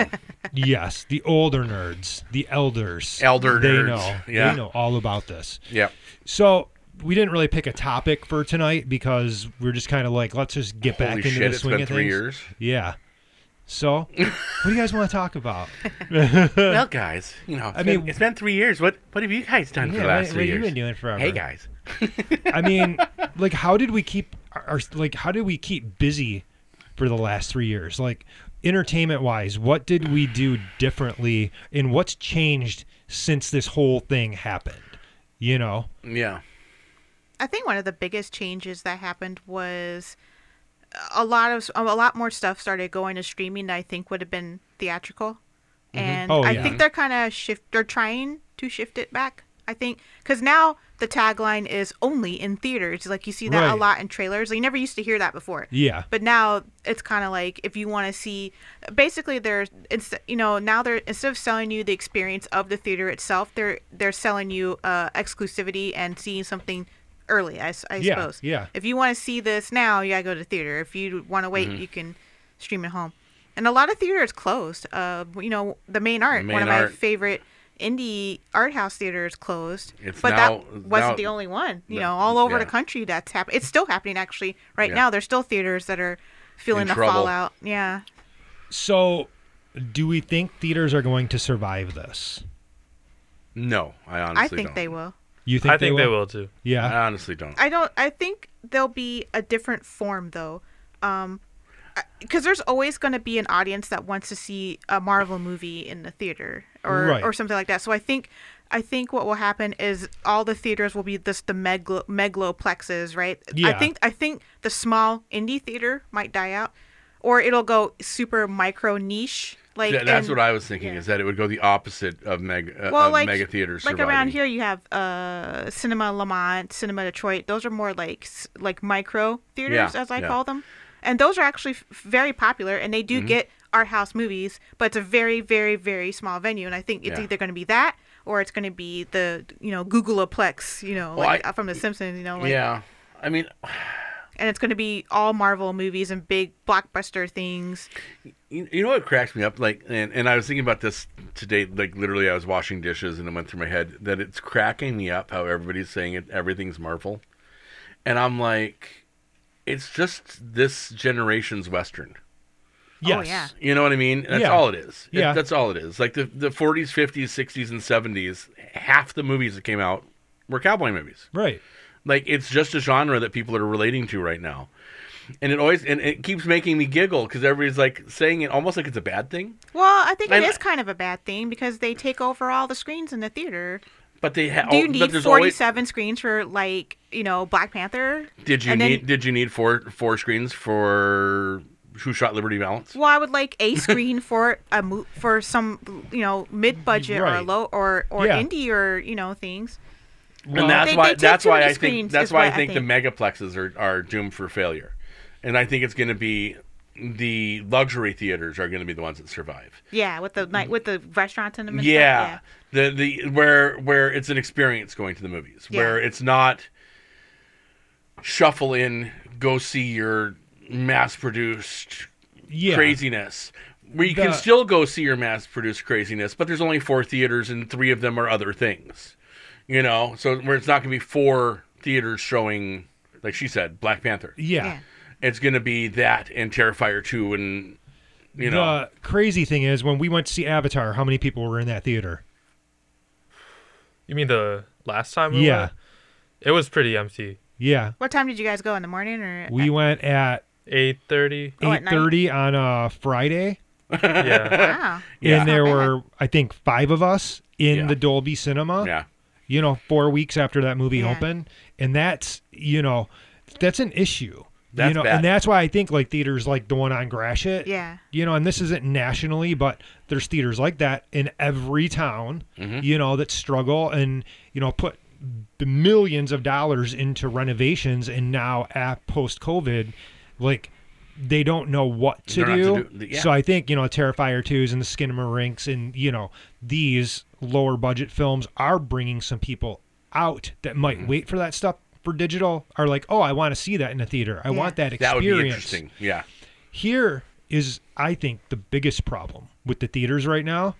A: Yes, the older nerds, the elders,
C: Elder
A: they
C: nerds,
A: know,
C: yeah.
A: they know all about this.
C: yep
A: So we didn't really pick a topic for tonight because we are just kind of like, let's just get back
C: holy
A: into
C: shit
A: the
C: it's
A: swing
C: been
A: of
C: three
A: things. *laughs*
C: years
A: Yeah. So, what do you guys want to talk
C: *laughs*
A: about?
C: well guys you know I mean
A: mean-
C: it's been three years what what have you guys done for
A: Yeah,
C: the
A: what-
C: last
A: what have
C: three
A: you
C: years
A: been
C: *laughs*
A: doing forever?
C: hey guys
A: I mean, like, how did we keep are like how did we keep busy for the last three years? Like entertainment wise, what did we do differently, and what's changed since this whole thing happened? You know,
C: Yeah.
D: I think one of the biggest changes that happened was a lot of a lot more stuff started going to streaming that I think would have been theatrical, and
A: Oh,
D: I
A: yeah.
D: think they're kind of shift. They're trying to shift it back. I think because now the tagline is only in theaters. Like you see that a
A: Right.
D: lot in trailers. You never used to hear that before.
A: yeah,
D: But now it's kind of like if you want to see, basically they're it's you know now they're instead of selling you the experience of the theater itself, they're they're selling you uh, exclusivity and seeing something early. I, s- I
A: Yeah,
D: suppose.
A: yeah.
D: If you want to see this now, you gotta go to theater. If you want to
C: Mm-hmm.
D: wait, you can stream at home. And a lot of theaters closed. Uh, you know the main art,
C: Main
D: one of my
C: Art.
D: favorite indie art house theaters closed.
C: It's
D: but
C: now-
D: that wasn't
C: now-
D: the only one. You
C: the-
D: know, all over
C: yeah.
D: the country country that's happening. It's still happening actually right
C: Yeah.
D: now. There's still theaters that are feeling
C: In
D: the
C: trouble.
D: fallout. Yeah.
A: So, do we think theaters are going to survive this?
C: No, I honestly
D: I think
C: don't.
D: they will.
A: You think
E: I think they will too.
A: Yeah.
C: I honestly don't.
D: I don't I think there'll be a different form though. Um because there's always going to be an audience that wants to see a Marvel movie in the theater or
A: Right.
D: or something like that. So I think I think what will happen is all the theaters will be just the megalo, megaloplexes, right?
A: Yeah.
D: I think I think the small indie theater might die out or it'll go super micro niche like
C: Th- that's
D: and-
C: what I was thinking
D: yeah.
C: is that it would go the opposite of mega uh,
D: well,
C: of
D: like
C: mega theaters.
D: like
C: surviving.
D: around here, you have uh, Cinema Lamont, Cinema Detroit. Those are more like s- like micro theaters,
C: Yeah,
D: as I
C: yeah. Mm-hmm.
D: call them, and those are actually f- very popular, and they do get art house movies, but it's a very, very, very small venue, and I think it's
C: Yeah.
D: either going to be that or it's going to be the you know Googleplex, you know,
C: Well,
D: like
C: I-
D: uh, from The Simpsons, you know, like,
C: yeah, I mean,
D: and it's going to be all Marvel movies and big blockbuster things.
C: you, you know what cracks me up? Like, and, and I was thinking about this today. Like, literally, I was washing dishes and it went through my head that it's cracking me up how everybody's saying it. Everything's Marvel, and I'm like, it's just this generation's western.
A: yes.
D: Oh, yeah.
C: You know what I mean? That's
A: Yeah.
C: all it is. It-
A: Yeah.
C: that's all it is. Like the the 40s, 50s, 60s, and 70s, half the movies that came out were cowboy movies.
A: Right.
C: Like it's just a genre that people are relating to right now. And it always and it keeps making me giggle because everybody's like saying it almost like it's a bad thing,
D: Well, I think it
C: And-
D: is kind of a bad thing because they take over all the screens in the theater.
C: but they have.
D: Do you
C: Oh, but
D: need
C: there's
D: 47 screens for like, you know, Black Panther?
C: Always, did you
D: and then-
C: need? Did you need four four screens for Who Shot Liberty Valance?
D: Well, I would like a
C: *laughs*
D: screen for a mo- for some, you know, mid-budget or
A: Right.
D: low or or
A: Yeah.
D: indie or, you know, things.
A: Well,
C: and that's
D: They- they
C: why
D: take
C: that's
D: too
C: why
D: many
C: I think
D: screens,
C: that's
D: is
C: why I
D: what I
C: think,
D: think.
C: the megaplexes are, are doomed for failure, and I think it's going to be the luxury theaters are going to be the ones that survive.
D: Yeah, with the night with the restaurants in them and stuff,
C: Yeah, the the where where it's an experience going to the movies,
D: Yeah.
C: where it's not shuffle in, go see your mass produced
A: Yeah.
C: craziness. Where you
A: The-
C: can still go see your mass produced craziness, but there's only four theaters and three of them are other things. You know, so where it's not going to be four theaters showing, like she said, Black Panther.
A: Yeah.
D: Yeah.
C: It's going to be that and Terrifier 2 and, you know,
A: The crazy thing is when we went to see Avatar, how many people were in that theater?
E: You mean the last time? We
A: Yeah.
E: went? it was pretty empty.
A: Yeah.
D: What time did you guys go in the morning or
A: We went at
E: Eight thirty.
D: Oh,
A: eight
D: at night?
A: thirty on a Friday,
E: Yeah.
C: *laughs*
D: Wow.
C: Yeah.
D: *laughs*
A: and there
D: Not bad.
A: were I think five of us in
C: Yeah.
A: the Dolby Cinema.
C: yeah.
A: You know, four weeks after that movie
D: Yeah.
A: opened, and that's you know, that's an issue.
C: That's
A: you know,
C: bad.
A: and that's why I think like theaters like the one on Gratiot.
D: Yeah.
A: You know, and this isn't nationally, but there's theaters like that in every town.
C: Mm-hmm.
A: You know that struggle and you know put b- millions of dollars into renovations, and now at post COVID, like they don't know what to
C: They don't know
A: do.
C: what to do. Yeah.
A: So I think you know Terrifier twos and the Skinamarink and you know these lower budget films are bringing some people out that might
C: Mm-hmm.
A: wait for that stuff for digital are like oh I want to see that in a theater I
D: Yeah.
A: want that
C: That
A: experience
C: would be interesting. Yeah.
A: here is I think the biggest problem with the theaters right now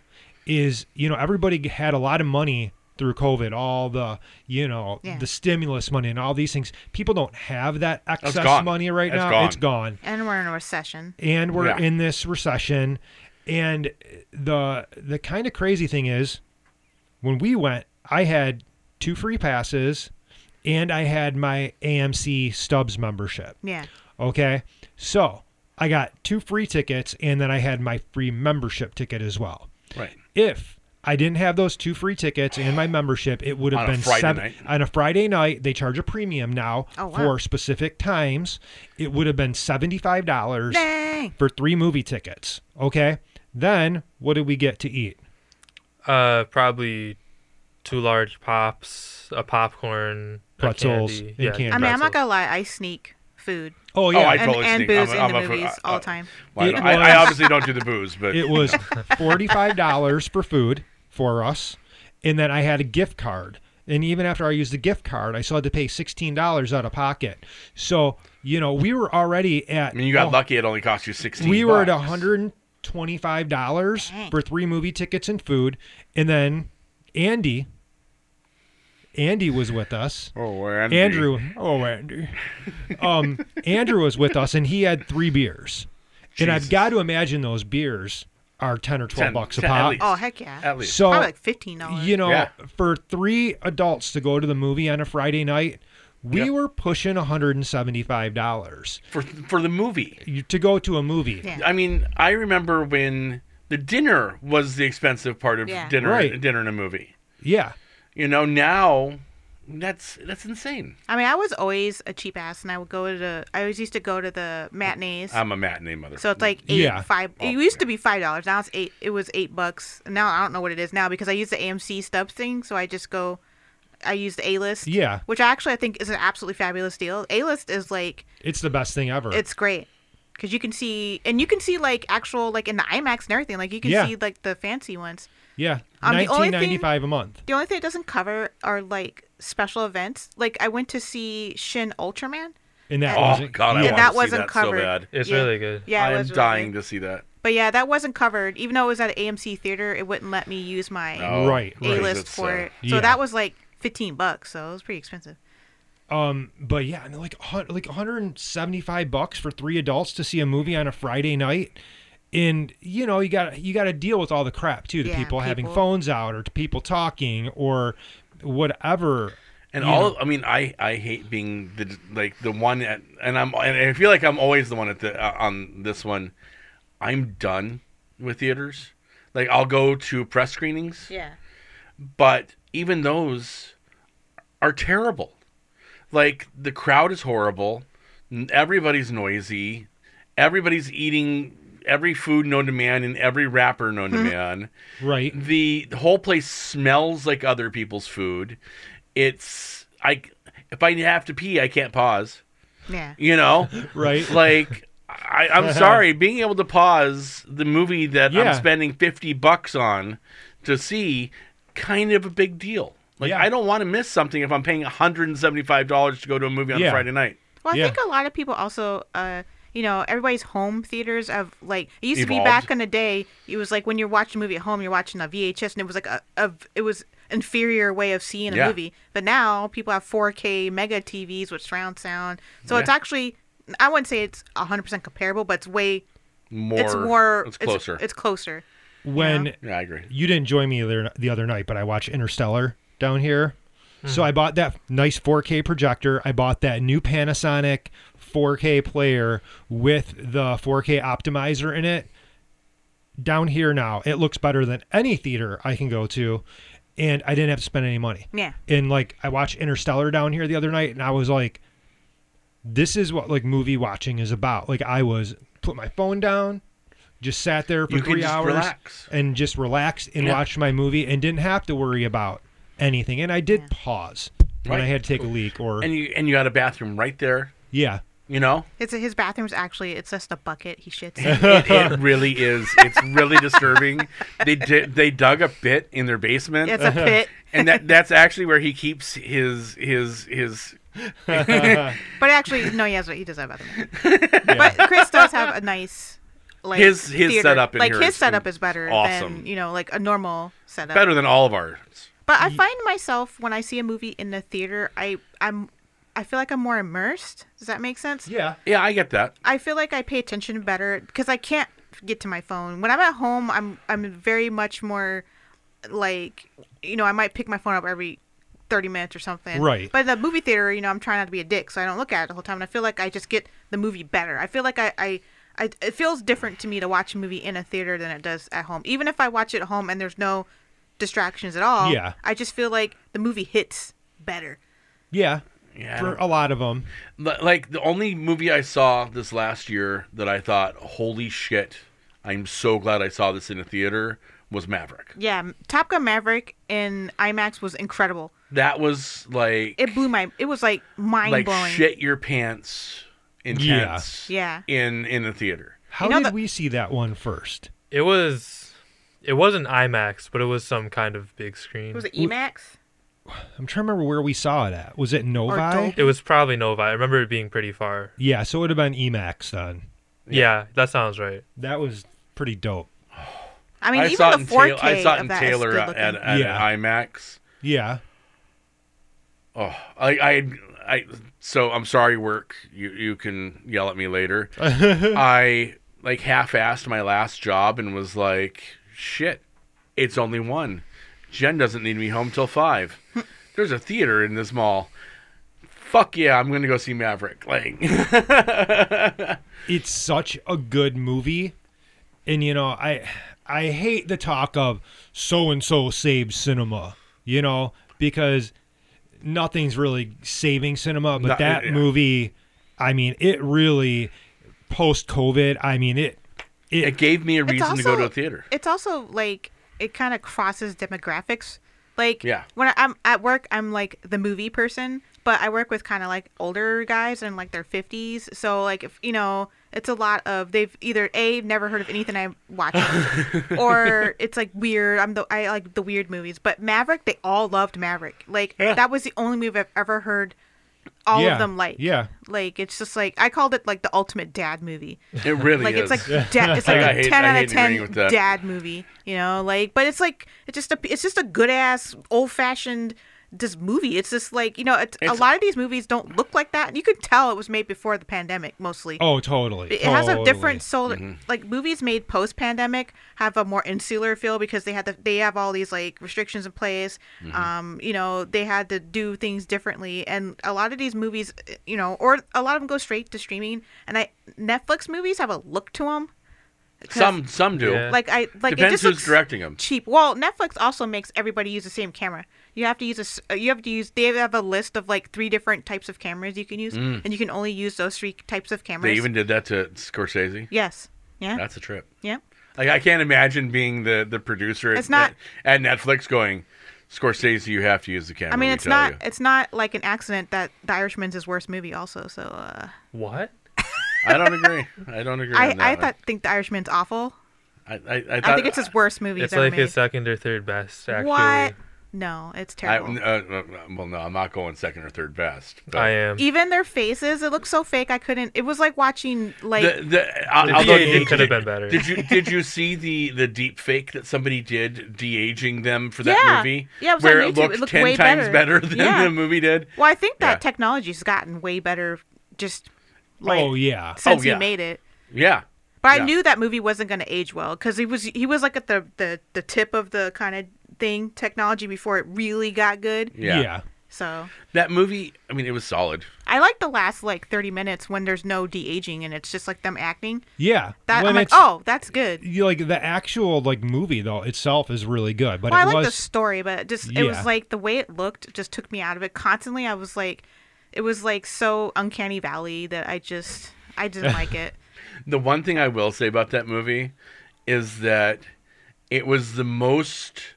A: is you know everybody had a lot of money through COVID, all the you know
D: Yeah.
A: the stimulus money and all these things. People don't have that excess
C: gone.
A: money right
C: It's
A: now.
C: gone.
A: It's gone,
D: And we're in a recession.
A: and we're
C: Yeah.
A: in this recession. And the the kind of crazy thing is, when we went, I had two free passes and I had my AMC Stubbs membership.
D: Yeah.
A: Okay. So I got two free tickets and then I had my free membership ticket as well.
C: Right.
A: If I didn't have those two free tickets and my membership, it would have
C: On a
A: been
C: Friday
A: seven
C: night.
A: on a Friday night. They charge a premium now
D: Oh, wow.
A: for specific times. It would have been seventy-five dollars
D: Dang.
A: for three movie tickets. Okay. Then what did we get to eat?
E: Uh, probably two large pops, a popcorn, a
A: Pretzels
E: candy.
A: and
E: yeah,
A: candy.
D: I mean, I'm not
E: pretzels.
D: gonna lie. I sneak food
A: Oh yeah.
C: Oh, I
D: and,
C: totally
D: and
C: sneak.
D: booze
C: I'm-
D: in
C: I'm
D: the
C: a- uh,
D: movies
C: I-
D: all
C: I-
D: the time.
C: Well, I,
A: It
C: don't- I- I
A: was-
C: obviously don't do the booze, but
A: It was forty-five dollars for food for us, and then I had a gift card. And even after I used the gift card, I still had to pay sixteen dollars out of pocket. So you know, we were already at.
C: I mean, you got lucky. It only cost you sixteen.
A: Oh. We were at
C: bucks.
A: hundred and twenty-five dollars
D: Dang.
A: for three movie tickets and food, and then Andy. Andy was with us.
C: Oh, Andy.
A: Andrew, oh Andy, um, Andrew was with us, and he had three beers, and I've
C: Jesus.
A: got to imagine those beers are ten or twelve
C: Ten-
A: bucks
C: ten
A: a
C: at
A: pop.
C: least.
D: Oh heck yeah.
C: At least.
A: So
D: Probably like fifteen dollars.
A: you know,
C: Yeah.
A: for three adults to go to the movie on a Friday night, we
C: Yeah.
A: were pushing one hundred and seventy-five dollars
C: for for the movie.
A: to go to a movie.
D: Yeah.
C: I mean, I remember when the dinner was the expensive part of
D: Yeah.
C: dinner
A: Right.
C: dinner in a movie.
A: Yeah.
C: You know, now that's that's insane.
D: I mean, I was always a cheap ass, and I would go to the. I always used to go to the matinees.
C: I'm a matinee mother.
D: so it's like eight,
A: Yeah.
D: five. It used to be five dollars. Now it's eight. It was eight bucks. Now I don't know what it is now because I use the AMC stubs thing. So I just go. I use the A list.
A: Yeah.
D: Which I actually I think is an absolutely fabulous deal. A list is like
A: it's the best thing ever.
D: it's great because you can see and you can see like actual like in the IMAX and everything. Like you can
A: Yeah.
D: see like the fancy ones.
A: yeah,
D: Um, the
A: nineteen
D: only thing-
A: ninety-five a month.
D: The only thing it doesn't cover are like special events. Like I went to see Shin Ultraman.
A: And that
D: Oh,
A: wasn't.
C: God, I
D: Yeah,
C: want
D: that
C: to see
D: wasn't
C: that
D: covered.
C: so bad.
E: It's
D: Yeah.
E: really good.
D: Yeah,
C: I
D: it
C: am
D: was really
C: dying
D: good.
C: to see that.
D: But yeah, that wasn't covered. Even though it was at AMC theater, it wouldn't let me use my
C: No,
A: Right,
D: A
A: right.
C: because
D: list
C: Oh, it's,
D: for
C: uh,
D: it. So
A: yeah.
D: that was like fifteen bucks. So it was pretty expensive.
A: Um, but yeah, I mean, like hun- like 175 bucks for three adults to see a movie on a Friday night, and you know you got you got to deal with all the crap too, the
D: Yeah,
A: people, having
D: people.
A: phones out or to people talking or whatever.
C: And
A: you
C: all
A: know.
C: of, I mean, I I hate being the like the one at, and I'm and I feel like I'm always the one at the uh, on this one. I'm done with theaters. Like I'll go to press screenings,
D: Yeah.
C: but even those are terrible. Like the crowd is horrible. n- Everybody's noisy. Everybody's eating every food known to man and every wrapper known to man
A: right?
C: the the whole place smells like other people's food. It's I if I have to pee, I can't pause.
D: Yeah.
C: You know,
A: *laughs* Right.
C: like I,
A: *laughs*
C: I'm sorry, being able to pause the movie that
A: Yeah.
C: I'm spending fifty bucks on to see, kind of a big deal. Like
A: Yeah.
C: I don't want to miss something if I'm paying 175 dollars to go to a movie on
A: Yeah.
C: a Friday night.
D: Well, I
A: Yeah.
D: think a lot of people also, uh, you know, everybody's home theaters of like it used to be
C: Evolved.
D: back in the day. It was like when you're watching a movie at home, you're watching a VHS, and it was like a, a it was inferior way of seeing a
C: Yeah.
D: movie. But now people have 4K mega TVs with surround sound, so it's
C: Yeah.
D: actually I wouldn't say it's 100 percent comparable, but it's way
C: More,
D: it's more
C: it's closer.
D: It's, closer.
A: When
C: yeah, I agree.
A: you didn't join me the, the other night, but I watched Interstellar down here. So I bought that nice 4K projector. I bought that new Panasonic 4K player with the 4K optimizer in it. Down here now, it looks better than any theater I can go to, and I didn't have to spend any money.
D: Yeah.
A: And like I watched Interstellar down here the other night, and I was like, "This is what like movie watching is about." Like I was put my phone down, just sat there for
C: You can
A: three
C: just
A: hours
C: relax.
A: and just relaxed and
C: Yeah.
A: watched my movie and didn't have to worry about anything. And I did pause when I
C: Right.
A: had to take a leak or
C: And you and you got a bathroom right there.
A: yeah,
C: You know,
D: It's his bathroom's actually it's just a bucket he shits. in.
C: it, it really is. It's really disturbing. They did. They dug a pit in their basement, Uh-huh.
D: it's a pit,
C: and that that's actually where he keeps his his his.
D: but actually no, he has he does have a bathroom. But Chris does have a nice. Like
C: His- his
D: theater.
C: setup in
D: like
C: here
D: his
C: is
D: setup is better
C: awesome.
D: than you know like a normal setup.
C: Better than all of ours.
D: But I find myself when I see a movie in the theater, I I'm I feel like I'm more immersed. Does that make sense?
A: yeah,
C: Yeah, I get that.
D: I feel like I pay attention better because I can't get to my phone. When I'm at home, I'm I'm very much more like you know I might pick my phone up every 30 minutes or something.
A: Right.
D: But in the movie theater, you know, I'm trying not to be a dick, so I don't look at it the whole time. And I feel like I just get the movie better. I feel like I, I, I it feels different to me to watch a movie in a theater than it does at home. Even if I watch it at home and there's no distractions at all,
A: Yeah.
D: I just feel like the movie hits better.
A: Yeah.
C: Yeah.
A: For a lot of them.
C: L- like the only movie I saw this last year that I thought, holy shit, I'm so glad I saw this in a theater was Maverick.
D: Yeah, M- Top Gun Maverick in IMAX was incredible.
C: That was like
D: It blew my. It was like mind
C: like
D: blowing.
C: shit your pants intense.
D: Yeah.
C: In in a theater.
A: How
D: You know
A: did
D: the-
A: we see that one first?
E: It was, it wasn't IMAX, but it was some kind of big screen.
D: It was it EMAX?
A: I'm trying to remember where we saw it at. Was it Novi?
D: Dolby?
E: It was probably Nova. I remember it being pretty far.
A: Yeah, so it would have been Emacs then.
E: Yeah, that sounds right.
A: That was pretty dope.
D: I mean,
C: I
D: even
C: saw
D: the
C: it in Taylor.
D: 4K
C: I saw it
D: of
C: in
D: that is
C: Taylor
D: good
C: at,
D: looking.
C: at, at
A: Yeah.
C: an IMAX.
A: Yeah.
C: Oh, I, I, I. So I'm sorry, work. You you can yell at me later. I like half-assed my last job and was like, shit, it's only one. Jen doesn't need me home till five. There's a theater in this mall. Fuck yeah, I'm gonna go see Maverick. Like, *laughs*
A: It's such a good movie. And you know, I I hate the talk of so and so saves cinema, you know, because nothing's really saving cinema, but
C: No,
A: that
C: yeah.
A: movie, I mean, it really post COVID, I mean, it it,
C: it gave me a reason to go
D: also-
C: to a theater.
D: It's also like it kind of crosses demographics. Like
C: Yeah.
D: when I'm at work, I'm like the movie person, but I work with kind of like older guys in like their 50s. So like if you know, it's a lot of they've either a never heard of anything I watch,
C: *laughs*
D: or it's like weird. I'm the I like the weird movies, but Maverick, they all loved Maverick. Like that was the only movie I've ever heard all
A: yeah,
D: of them like.
A: Yeah.
D: Like it's just like I called it like the ultimate dad movie
C: It really
D: like
C: is.
D: it's like dad, it's
C: Like,
D: like
C: *laughs* I
D: a
C: hate-
D: ten
C: I
D: out
C: hate
D: of
C: agreeing with
D: ten
C: that.
D: dad movie, you know. Like, but it's like it's just a it's just a good ass old fashioned this movie. It's just like you know, it's, a
C: It's-
D: lot of these movies don't look like that. You could tell it was made before the pandemic mostly.
A: Oh, totally.
D: It has a
A: totally.
D: different soul.
C: Mm-hmm.
D: Like movies made post-pandemic have a more insular feel because they had the, they have all these like restrictions in place.
C: Mm-hmm.
D: Um, you know, they had to do things differently, and a lot of these movies, you know, or a lot of them go straight to streaming. And I Netflix movies have a look to them.
C: some some do.
E: Yeah.
D: Like I like it
C: Depends
D: just
C: who's
D: looks
C: directing 'em.
D: Cheap. Well, Netflix also makes everybody use the same camera. You have to use a s- uh, you have to use they have a list of like three different types of cameras you can use, and you can only use those three types of cameras.
C: Mm. They even did that to Scorsese.
D: yes. Yeah.
C: That's a trip.
D: yeah.
C: Like I can't imagine being the the producer at,
D: It's not-
C: at, at Netflix going, Scorsese, you have to use the camera.
D: I mean,
C: we
D: it's
C: tell
D: not
C: you."
D: it's not like an accident that The Irishman's his worst movie. Also, so uh,
E: What?
C: I don't agree. I don't agree.
D: *laughs* I
C: on that
D: I
C: one.
D: thought think The Irishman's awful.
C: I, I, I thought.
D: I think it's his worst movie
E: It's
D: he's ever
E: like his
D: made.
E: second or third best. Actually,
D: What? No, it's
C: I-
D: terrible.
C: uh, uh, well, no, I'm not going second or third best. but-
E: I am.
D: even their faces, it looks so fake. I couldn't. It was like watching like
C: The, the, al-
E: The
C: although
E: de-aging
C: did-
E: could have
C: did-
E: been better.
C: Did you did you see the the deep fake that somebody did de aging them for that
D: Yeah.
C: movie?
D: Yeah, it was on
C: where
D: YouTube.
C: it
D: It
C: looked
D: looked
C: ten
D: way
C: times better,
D: better.
C: than
D: Yeah.
C: the movie did.
D: Well, I think that
C: Yeah.
D: technology's gotten way better just like
A: Oh yeah.
D: since
C: yeah.
D: he made it.
C: Yeah,
D: But
C: Yeah.
D: I knew that movie wasn't going to age well because he was he was like at the the the tip of the kind of thing technology before it really got good.
C: yeah,
A: yeah.
D: So
C: That movie. I mean, it was solid.
D: I like the last like thirty minutes when there's no de aging and it's just like them acting.
A: Yeah.
D: That
A: When
D: I'm like,
A: it's-
D: oh, that's good.
A: you- like the actual like movie though itself is really good, but
D: Well, I
A: it
D: like the
A: was
D: story, but it just it
A: Yeah.
D: was like the way it looked just took me out of it. Constantly, I was like, it was like so uncanny valley that I just I didn't
A: *laughs*
D: like it.
C: The one thing I will say about that movie is that it was the most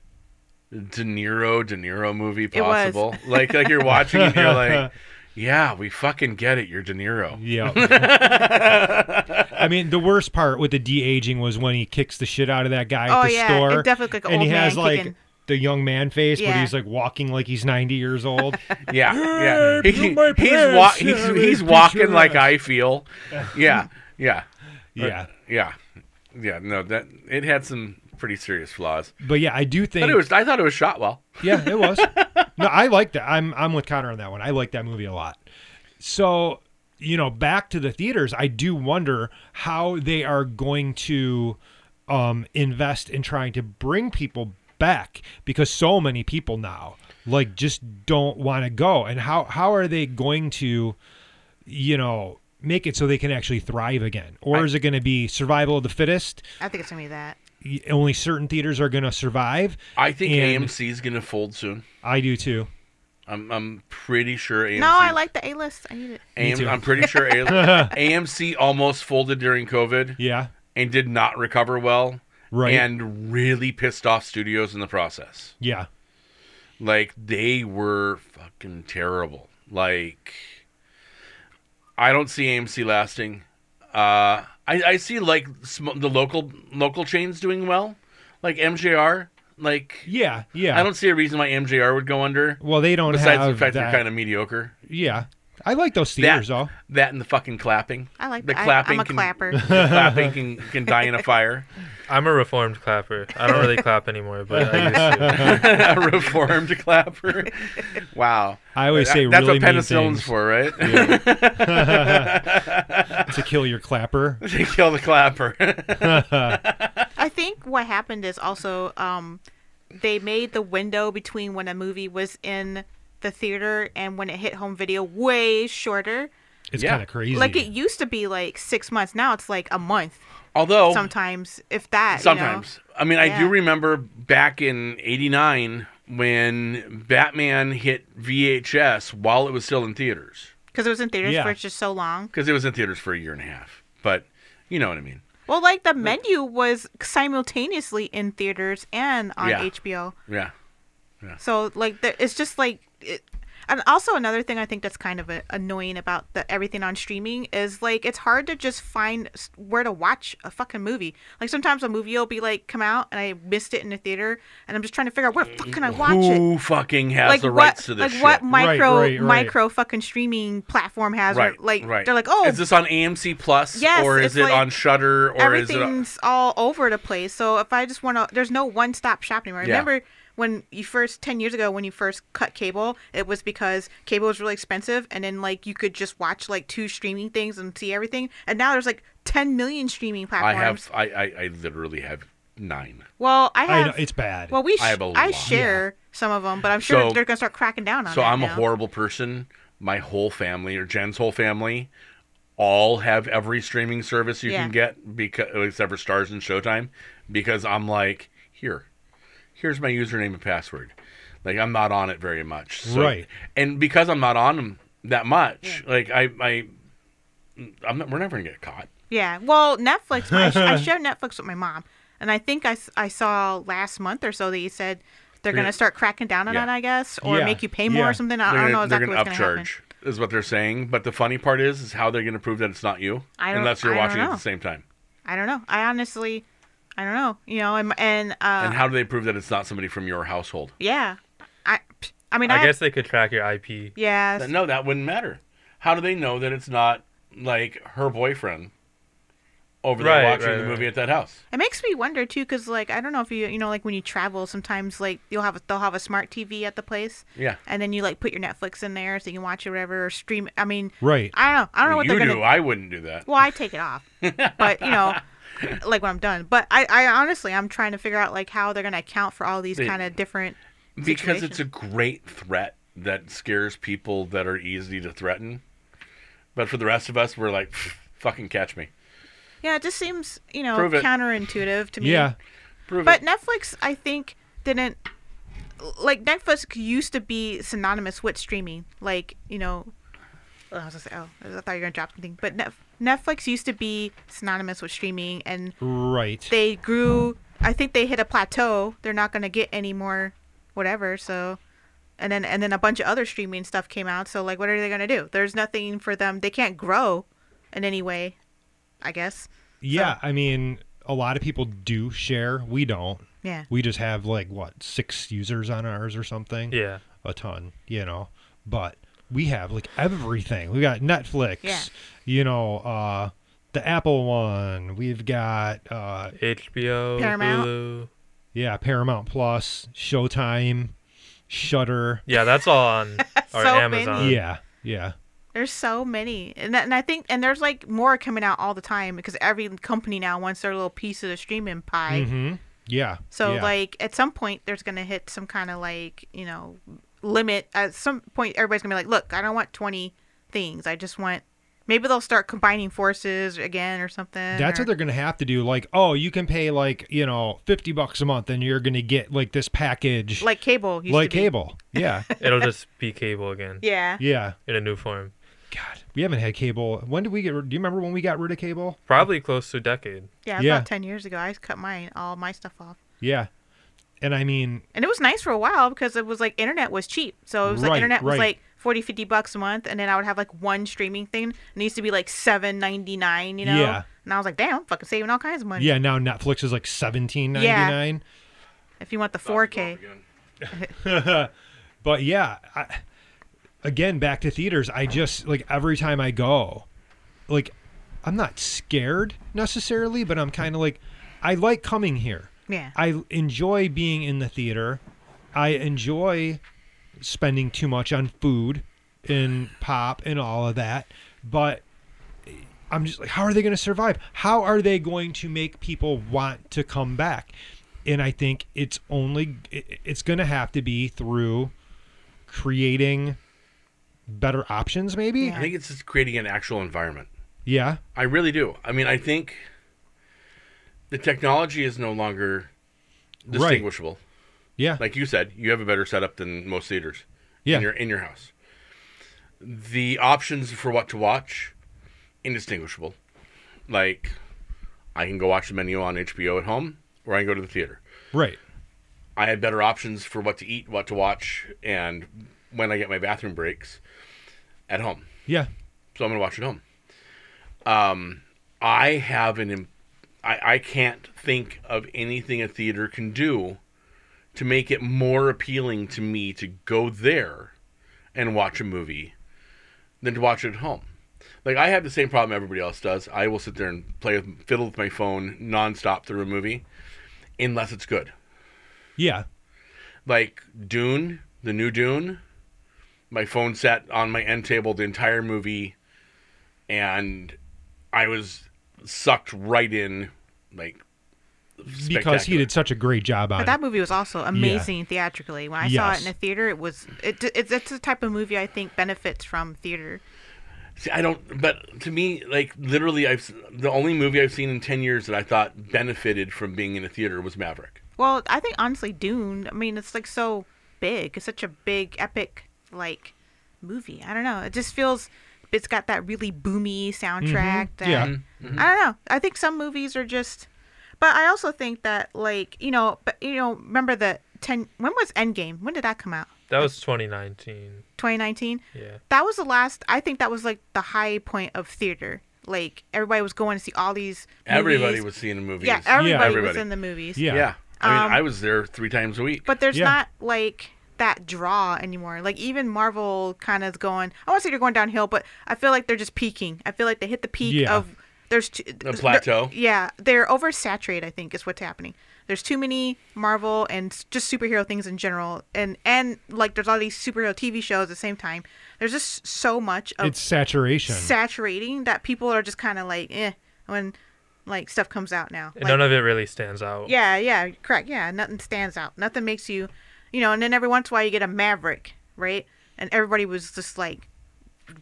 C: De Niro De Niro movie
D: It was.
C: possible. Like like you're watching it and you're like, yeah, we fucking get it. You're De Niro. *laughs*
A: yeah. I mean, the worst part with the de aging was when he kicks the shit out of that guy
D: Oh,
A: at the
D: yeah.
A: store.
D: It definitely looked like an
A: and he
D: old
A: has
D: man
A: like
D: kicking.
A: the young man face, but
D: Yeah.
A: he's like walking like he's ninety years old.
C: Yeah, yeah.
A: Hey,
C: He-
A: do my
C: he's
A: prayers,
C: wa- he's,
A: Sarah,
C: he's
A: beat
C: walking
A: your
C: like
A: ass.
C: I feel. Yeah, yeah,
A: yeah,
C: *laughs* yeah, yeah. No, that it had some pretty serious flaws.
A: but yeah, I do think
C: But it was. I thought it was shot well.
A: Yeah, it was. no, I like that. I'm I'm with Connor on that one. I like that movie a lot. So, you know, back to the theaters, I do wonder how they are going to um invest in trying to bring people back because so many people now like just don't want to go and how how are they going to you know make it so they can actually thrive again or is it going to be survival of the fittest
D: I think it's gonna be that.
A: Y- only certain theaters are going to survive
C: I think
A: And-
C: AMC is going to fold soon.
A: i do too
C: I'm I'm pretty sure AMC.
D: No, I like the A list. I need it.
A: Me
C: AM,
A: too.
C: I'm pretty
A: *laughs*
C: sure A- AMC almost folded during COVID
A: yeah
C: and did not recover well,
A: Right.
C: And really pissed off studios in the process.
A: yeah
C: Like they were fucking terrible. Like I don't see AMC lasting. Uh, I I see like sm- the local local chains doing well, like MJR. Like
A: yeah yeah
C: I don't see a reason why MJR would go under.
A: well they don't
C: Besides
A: have
C: the fact
A: that.
C: they're kind of mediocre.
A: yeah i like those
C: That,
A: theaters though
C: that and the fucking clapping.
D: I like
C: the
D: that. I,
C: clapping.
D: I'm a
C: can, *laughs*
D: clapper.
C: the clapping can, can die in a
D: *laughs*
C: fire. *laughs*
E: I'm a reformed clapper. I don't really clap anymore,
D: *laughs*
E: but I used to.
C: a reformed clapper. Wow.
A: i always
C: That-
A: say
C: that's
A: really
C: what
A: mean things
C: penicillin's for, right? *laughs*
A: to kill your clapper
C: to kill the clapper. *laughs*
D: I think what happened is also um, they made the window between when a movie was in the theater and when it hit home video way shorter.
A: it's
C: Yeah.
A: kind of crazy
D: Like it used to be like six months. Now it's like a month
C: Although
D: sometimes, if that. you know.
C: Oh. sometimes. I mean, I do
D: Yeah.
C: remember back in 89 when Batman hit VHS while it was still in theaters
D: because it was in theaters
A: Yeah.
D: for just so long.
C: because it was in theaters for a year and a half. But you know what I mean.
D: Well, like the menu was simultaneously in theaters and on
C: Yeah.
D: HBO.
C: Yeah.
D: So like the, it's just like it, and also another thing I think that's kind of a, annoying about the everything on streaming is like it's hard to just find s- where to watch a fucking movie. Like sometimes a movie will be like come out and I missed it in the theater and I'm just trying to figure out where the fuck can I watch it.
C: Who fucking has
D: Like
C: the
D: what?
C: rights to
D: like
C: this shit?
D: what micro
A: right, right.
D: micro fucking streaming platform has? or,
C: right,
D: like
C: right.
D: they're like oh
C: is this on AMC Plus?
D: Yes,
C: or
D: it's
C: is it
D: like
C: on Shutter? Or is it? On...
D: everything's all over the place. So if I just want to, there's no one stop shop anymore.
C: Yeah.
D: Remember when you first ten years ago when you first cut cable, it was because cable was really expensive, and then like you could just watch like two streaming things and see everything. And now there's like ten million streaming
C: I
D: platforms.
C: have. I, I I literally have nine.
D: Well, I
A: I
D: have.
A: know, it's bad
D: well, we sh-
C: I
D: I,
C: have a lot.
D: share some of them, but I'm sure
C: So-
D: they're gonna start cracking down on.
C: So
D: that
C: I'm a
D: now.
C: horrible person. My whole family, or Jen's whole family, all have every streaming service you
D: Yeah.
C: can get, because except for Stars and Showtime, because I'm like, here, here's my username and password. Like I'm not on it very much, so,
A: Right.
C: And because I'm not on them that much, like I, I, I'm not, we're never gonna get caught.
D: Yeah. Well, Netflix. My,
A: *laughs*
D: I share Netflix with my mom, and I think I, s- I saw last month or so that you said they're going
C: Yeah.
D: to start cracking down on
C: Yeah.
D: it, I guess, or
A: Yeah.
D: make you pay more
A: Yeah.
D: or something. I, I
C: They're
D: don't
C: gonna-
D: know
C: they're
D: exactly
C: gonna
D: what's going to happen.
C: upcharge is what they're saying. But the funny part is, is how they're gonna prove that it's not you,
D: I don't-
C: unless you're
D: I don't
C: watching it at
D: know.
C: the same time.
D: I don't know. I honestly, I don't know. You know, and and, uh,
C: and how do they prove that it's not somebody from your household?
D: yeah, I pff, I mean I,
E: I guess they could track your IP.
D: yeah.
C: That- no, that wouldn't matter. How do they know that it's not like her boyfriend over there
E: Right,
C: watching
E: right,
C: the
E: right.
C: movie at that house?
D: It makes me wonder too, because like I don't know if you you know like when you travel, sometimes like you'll have a, they'll have a smart TV at the place.
C: Yeah.
D: And then you like put your Netflix in there so you can watch it, whatever, or stream. I mean,
A: right
D: I don't know. I don't know what
C: you
D: they're
C: do.
D: going to
C: I wouldn't do that.
D: Well, I take it off, but you
C: *laughs*
D: know, like when I'm done. But I, I honestly, I'm trying to figure out like how they're gonna account for all these
C: They-
D: kind of different.
C: because it's a
D: situations.
C: great threat that scares people that are easy to threaten. But for the rest of us, we're like, "Pff, fucking catch me.
D: yeah, it just seems you know
C: Prove it.
D: counterintuitive to me.
A: yeah
C: Prove
D: but
C: it.
D: Netflix, I think, didn't like Netflix used to be synonymous with streaming. Like you know, oh, I was gonna say, oh, I thought you were gonna drop something, but Netf- Netflix used to be synonymous with streaming, and
A: right
D: they grew i think they hit a plateau they're not going to get any more whatever so and then and then a bunch of other streaming stuff came out so like what are they going to do there's nothing for them they can't grow in any way i guess
A: Yeah, I mean, a lot of people do share. We don't.
D: yeah
A: We just have like what six users on ours or something.
E: Yeah.
A: a ton. You know, but we have like everything. We got Netflix.
D: Yeah.
A: You know, uh, the Apple one. We've got uh,
E: HBO,
D: Paramount?
E: Hulu.
A: yeah, Paramount Plus, Showtime, Shutter.
E: Yeah, that's all on
D: *laughs*
E: our
D: So
E: Amazon.
D: many.
A: Yeah, yeah,
D: there's so many and, that, and i think and there's like more coming out all the time because every company now wants their little piece of the streaming pie
A: yeah.
D: so
A: Mm-hmm. yeah.
D: like at some point there's going to hit some kind of like you know limit at some point everybody's gonna be like look i don't want 20 things i just want maybe they'll start combining forces again or something
A: That's
D: or,
A: what they're going to have to do. Like, oh, you can pay like, you know, 50 bucks a month and you're going to get like this package like,
D: like cable used to be.
A: cable.
D: *laughs*
A: Yeah.
E: It'll just be cable again
D: yeah
A: yeah.
E: in a new form.
A: God, we haven't had cable. When did we get rid- Do you remember when we got rid of cable?
E: Probably close to a decade.
D: yeah,
A: Yeah.
D: about 10 years ago i cut mine all my stuff off
A: Yeah. And I mean,
D: and it was nice for a while because it was like internet was cheap so it was like
A: Right,
D: internet was
A: right.
D: like 40 50 bucks a month and then i would have like one streaming thing and it used to be like 7.99 you know
A: Yeah.
D: and i was like damn I'm fucking saving all kinds of money
A: yeah, now Netflix is like 17.99.
D: if you want the 4k
A: But yeah, I, again back to theaters. I just like every time I go, like I'm not scared necessarily, but I'm kind of like I like coming here.
D: yeah
A: I enjoy being in the theater. I enjoy spending too much on food and pop and all of that. But I'm just like, how are they going to survive? How are they going to make people want to come back? And I think it's only, it- it's going to have to be through creating better options, maybe?
C: I think it's just creating an actual environment.
A: Yeah.
C: I really do. I mean, I think the technology is no longer distinguishable.
A: Yeah.
C: Like you said, you have a better setup than most theaters.
A: Yeah.
C: In your in your house. The options for what to watch, indistinguishable. Like I can go watch the menu on HBO at home or I can go to the theater.
A: right.
C: I had better options for what to eat, what to watch, and when I get my bathroom breaks at home
A: Yeah.
C: so I'm gonna watch it home. Um, I have an, im- I I can't think of anything a theater can do to make it more appealing to me to go there and watch a movie than to watch it at home. Like I have the same problem everybody else does. I will sit there and play with, fiddle with my phone nonstop through a movie, unless it's good.
A: Yeah.
C: Like Dune, the new Dune, my phone sat on my end table the entire movie and I was sucked right in, like
A: Because he
C: spectacular.
A: did such a great job on
D: But
A: it.
D: that movie was also amazing theatrically. When I saw it
A: Yes.
D: in a theater, it was it, it's it's the type of movie I think benefits from theater.
C: See, I don't. But to me, like literally, I've s- the only movie I've seen in ten years that I thought benefited from being in a theater was Maverick.
D: Well, I think honestly, Dune. I mean, it's like so big. It's such a big epic like movie. I don't know. It just feels it's got that really boomy soundtrack. That,
A: Mm-hmm. Yeah.
D: I don't know. I think some movies are just. But I also think that like you know, but you know, remember the ten. When was Endgame? When did that come out?
E: That was 2019.
D: 2019.
E: Yeah.
D: that was the last i think that was like the high point of theater like everybody was going to see all these
C: Everybody
D: movies.
C: was seeing the movies.
D: yeah everybody, was
C: everybody.
D: in the movies
A: Yeah.
C: Yeah. I mean,
D: Um,
C: I was there three times a week.
D: but there's
A: Yeah.
D: not like that draw anymore like even marvel kind of going i want to say they're going downhill but i feel like they're just peaking i feel like they hit the peak
A: Yeah.
D: of there's t-
C: A plateau.
D: yeah they're oversaturated i think is what's happening there's too many marvel and s- just superhero things in general and and like there's all these superhero tv shows at the same time there's just so much of
A: it's saturation.
D: saturating that people are just kind of like eh when like stuff comes out now.
E: And
D: Like,
E: none of it really stands out.
D: yeah, yeah, correct. Yeah, nothing stands out. Nothing makes you, you know. And then every once in a while you get a Maverick, right? And everybody was just like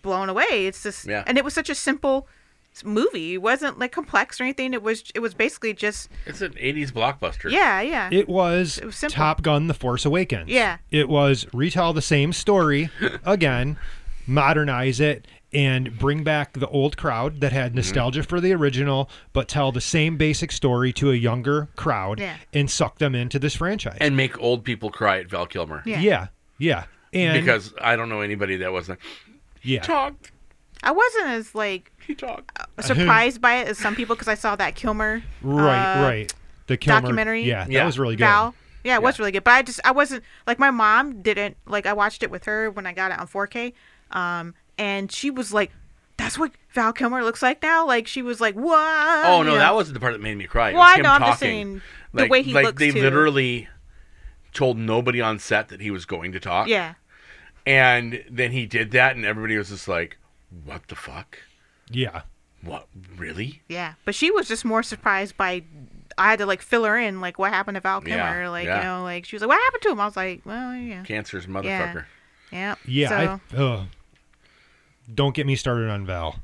D: blown away. It's just
C: Yeah.
D: and it was such a simple s- movie. It wasn't like complex or anything. It was it was basically just
C: it's an '80s blockbuster.
D: yeah, yeah.
A: It was,
D: was simple.
A: Top Gun: The Force Awakens.
D: Yeah.
A: It was retell the same
D: *gasps*
A: story again, modernize it, and bring back the old crowd that
D: Mm-hmm.
A: had nostalgia for the original, but tell the same basic story to a younger crowd
D: Yeah.
A: and suck them into this franchise.
C: And make old people cry at Val Kilmer.
D: Yeah.
A: yeah, yeah, and
C: Because I don't know anybody that wasn't.
A: yeah,
C: talked.
D: I wasn't as like
C: He
D: Uh,
C: talked.
D: surprised by it as some people because I saw that Kilmer
A: right,
D: uh,
A: right. The Kilmer,
D: documentary.
A: Yeah, that
C: Yeah.
A: was really good.
D: Val. Yeah, it was really good. But I just I wasn't like my mom didn't like I watched it with her when I got it on 4K. Um and she was like that's what Val Kilmer looks like now. Like she was like, "What?"
C: Oh no,
D: You know?
C: that wasn't the part that made me cry. It
D: Well,
C: was
D: I
C: him
D: know, I'm
C: talking.
D: just saying the way he
C: like
D: looks,
C: they
D: too.
C: literally told nobody on set that he was going to talk.
D: yeah,
C: And then he did that, and everybody was just like, "What the fuck?"
A: Yeah,
C: What really?
D: Yeah, but she was just more surprised by. I had to like fill her in, like what happened to Val
C: Yeah,
D: Kilmer, like
C: yeah.
D: you know, like she was like, what happened to him? I was like, well, yeah,
C: Cancer's motherfucker.
D: yeah,
A: Yeah.
D: So,
A: I, ugh. Don't get me started on Val,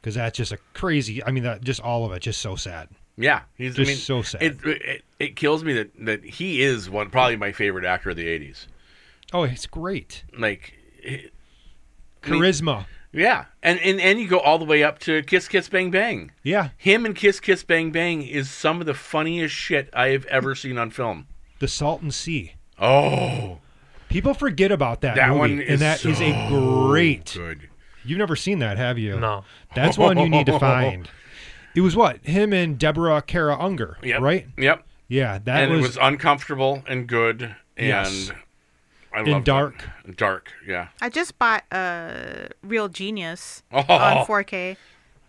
A: because that's just a crazy. I mean, that just all of it, just so sad.
C: Yeah, he's
A: Just
C: I mean,
A: so sad.
C: It, it it kills me that that he is one probably my favorite actor of the '80s.
A: Oh, it's great
C: Like, he-
A: charisma.
C: yeah, and and and you go all the way up to Kiss Kiss Bang Bang.
A: Yeah,
C: Him and Kiss Kiss Bang Bang is some of the funniest shit I have ever seen on film.
A: the Salton Sea.
C: Oh,
A: People forget about that,
C: that
A: movie,
C: one is
A: and that is a
C: so
A: great.
C: good.
A: You've never seen that, have you?
E: No.
A: That's one you
C: *laughs*
A: need to find. It was what him and Deborah Kara Unger,
C: Yep.
A: right?
C: Yep.
A: Yeah, that
C: And
A: was,
C: it was uncomfortable and good and
A: Yes.
C: I
A: And
C: loved it.
A: dark.
C: Dark. Yeah.
D: I just bought uh, Real Genius
C: Oh.
D: on 4K.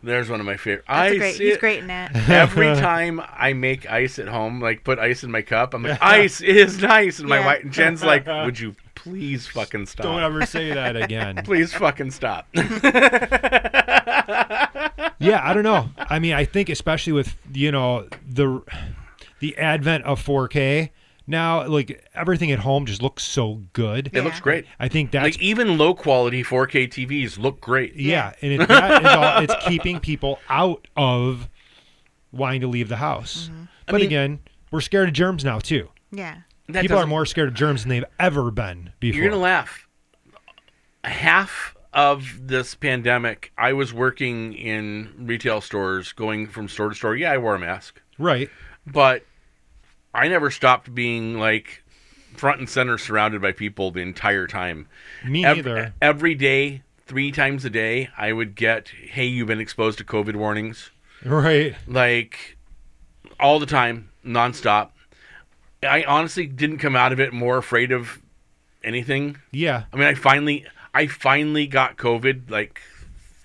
C: There's one of my favorite.
D: That's
C: I
D: a great.
C: see
D: He's
C: it
A: *laughs*
D: great
C: *laughs*
D: in that.
C: Every time I make ice at home, like put ice in my cup,
A: *laughs*
C: I'm like, ice is nice. And my
D: Yeah.
C: wife, Jen's like, would you please fucking stop?
A: don't ever say that *laughs* again.
C: Please fucking stop.
A: yeah, I don't know. I mean, I think especially with you know the the advent of 4K now, like everything at home just looks so good.
C: It looks
D: Yeah.
C: great.
A: I think that's
C: Like even low quality 4K TVs look great.
A: yeah, and it, that is all, it's keeping people out of wanting to leave the house. But
C: Mm-hmm. mean-
A: again, we're scared of germs now too.
D: Yeah.
C: That
A: people are
C: doesn't-
A: more scared of germs than they've ever been before.
C: You're gonna laugh. Half of this pandemic, I was working in retail stores, going from store to store. Yeah, I wore a mask,
A: right?
C: but I never stopped being like front and center, surrounded by people the entire time.
A: Me
C: Ev- eh.
A: neither.
C: Every day, three times a day, I would get, "Hey, you've been exposed to COVID warnings."
A: Right.
C: like all the time, nonstop. I honestly didn't come out of it more afraid of anything.
A: Yeah.
C: I mean, I finally, I finally got COVID like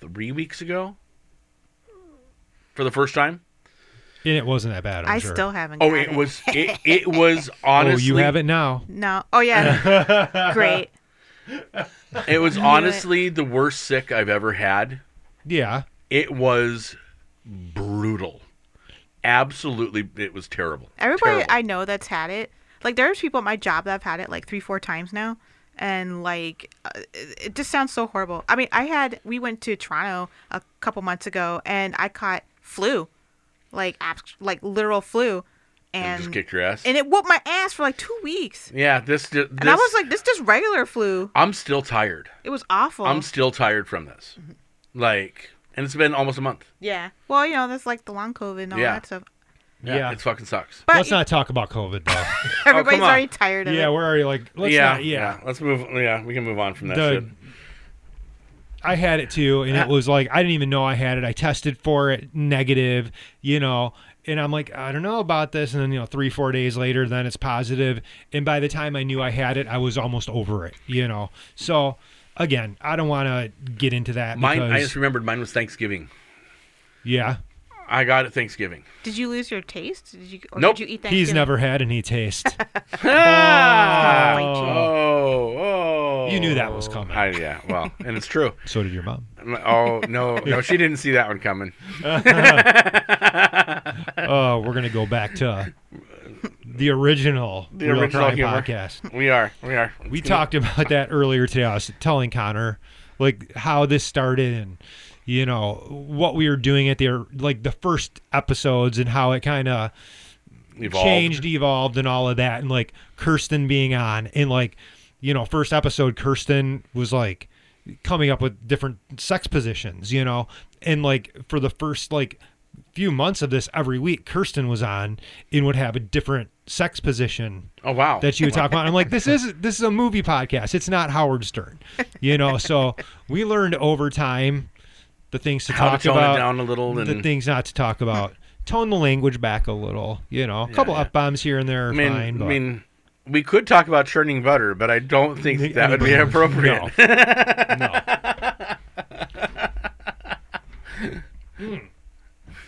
C: three weeks ago for the first time.
A: And it wasn't that bad. I'm
D: i
A: sure.
D: still haven't.
C: Oh,
D: got
C: it was, it, it
D: *laughs*
C: was honestly,
A: Oh, you have it now.
D: No. Oh yeah.
C: *laughs*
D: great.
C: it was honestly the worst sick I've ever had.
A: Yeah.
C: It was brutal. Absolutely, it was terrible.
D: Everybody
C: Terrible.
D: I know that's had it. Like there's people at my job that have had it like three, four times now, and like uh, it it just sounds so horrible. I mean, I had we went to Toronto a couple months ago, and I caught flu, like abs- like literal flu,
C: It
D: and
C: just kicked your ass.
D: and it whooped my ass for like two weeks.
C: yeah, this, this.
D: And I was like, this just regular flu.
C: I'm still tired.
D: It was awful.
C: I'm still tired from this.
D: Mm-hmm.
C: Like, and it's been almost a month.
D: yeah. Well, you know, that's like the long COVID and all
C: Yeah.
D: that stuff. *laughs*
A: Yeah.
C: It fucking sucks.
D: But
A: Let's not talk about COVID though.
D: everybody's
C: Oh, on.
D: already tired of
A: yeah,
D: it.
A: we're already like let's
C: yeah,
A: not- yeah.
C: Let's move. Yeah, we can move on from that
A: The-
C: shit.
A: I had it too, and it
C: Uh,
A: was like I didn't even know I had it. I tested for it, negative, you know, and I'm like, I don't know about this. And then you know, three, four days later, then it's positive, and by the time I knew I had it, I was almost over it, you know. So again, I don't want to get into that.
C: Mine.
A: because,
C: I just remembered mine was Thanksgiving.
A: yeah,
C: I got it Thanksgiving.
D: Did you lose your taste? Did you? Or
C: Nope.
D: Did you eat
A: he's
D: Thanksgiving?
A: never had any taste.
C: *laughs*
D: Oh.
C: Oh, oh.
A: you knew that was coming.
C: I, yeah. Well, and it's true.
A: so did your mom.
C: Oh
A: *laughs*
C: no, no, she didn't see that one coming.
A: Oh, we're gonna go back
C: *laughs*
A: to the original
C: The
A: Real
C: original
A: Crime
C: humor.
A: podcast.
C: We are. We are.
A: We talked about that earlier today. I was telling Connor like how this started and you know what we were doing at the like the first episodes and how it kind of
C: Evolved.
A: changed, evolved, and all of that, and like Kirsten being on, and like you know, first episode, Kirsten was like coming up with different sex positions, you know, and like for the first like few months of this, every week Kirsten was on and would have a different sex position
C: Oh wow. *laughs*
A: that you would talk about. I'm like, this is this is a movie podcast. It's not Howard Stern, you know. So we learned over time the things to
C: How to
A: talk
C: tone
A: about,
C: it down a little, and
A: the things not to talk
C: *laughs*
A: about. Tone the language back a little, you know. A couple
C: yeah.
A: f bombs here and there are
C: I mean,
A: fine.
C: I
A: But *laughs*
C: mean, we could talk about churning butter, but I don't think that, would be
A: Anybody-
C: appropriate.
A: *laughs* No. no.
C: Hmm.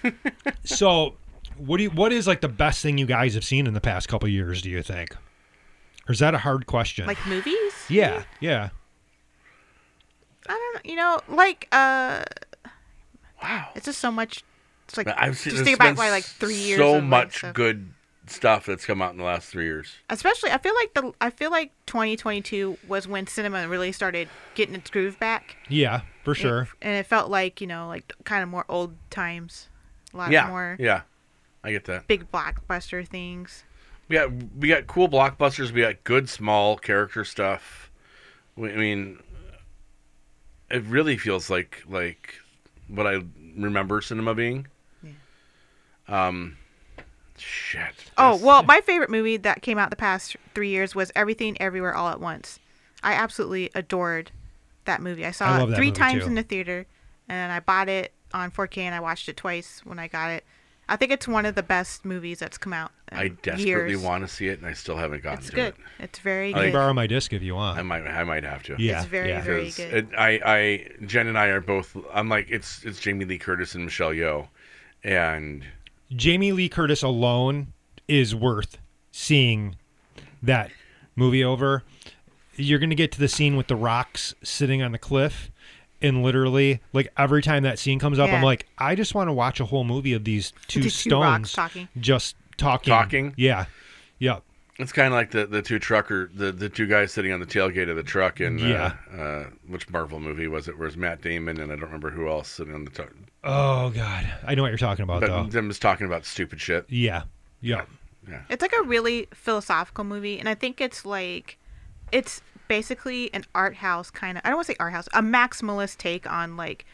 A: Mm. so, what do you, what is like the best thing you guys have seen in the past couple years? Do you think, or is that a hard question?
D: like movies.
A: yeah, yeah.
D: I don't know. You know, like uh,
C: Wow.
D: It's just so much. It's like
C: But I've seen there's
D: just think about
C: been
D: why like three years.
C: So
D: of, like,
C: much
D: stuff.
C: good stuff that's come out in the last three years.
D: Especially, I feel like the I feel like 2022 was when cinema really started getting its groove back,
A: Yeah, for sure.
D: and it felt like you know like kind of more old times, a lot
C: yeah.
D: more
C: Yeah. I get that.
D: big blockbuster things.
C: We got we got cool blockbusters. We got good small character stuff. We, I mean, it really feels like like what I remember cinema being. Um, shit.
D: Oh
C: That's-
D: well, my favorite movie that came out the past three years was Everything Everywhere All at Once. I absolutely adored that movie. I saw
A: I love
D: it
A: that
D: three
A: movie,
D: times
A: too.
D: in the theater, and I bought it on 4K and I watched it twice when I got it. I think it's one of the best movies that's come out. In
C: I desperately
D: years.
C: want to see it, and I still haven't gotten
D: It's
C: to
D: good.
C: it.
D: It's very
A: You
D: good.
A: can borrow my disc if you
C: I
A: want.
C: might I might have to.
A: yeah,
D: It's very,
A: yeah.
D: very-
C: 'Cause
D: good.
C: It, I, I, Jen and I are both. I'm like, it's it's Jamie Lee Curtis and Michelle Yeoh, and
A: Jamie Lee Curtis alone is worth seeing that movie over. You're going to get to the scene with the rocks sitting on the cliff. And literally, like every time that scene comes up, I'm
D: Yeah.
A: like, I just want to watch a whole movie of these two
D: These two rocks
A: stones
D: talking.
A: just talking.
C: Talking?
A: Yeah. Yep.
C: it's kind of like the the two trucker, the the two guys sitting on the tailgate of the truck, and
A: Yeah.
C: uh, uh, which Marvel movie was it? Where's Matt Damon and I don't remember who else sitting on the truck,
A: Oh, God. I know what you're talking about,
C: but
A: though.
C: them just talking about stupid shit.
A: Yeah. Yep.
D: It's like a really philosophical movie, and I think it's like, it's basically an art house kind of. I don't want to say art house, a maximalist take on like,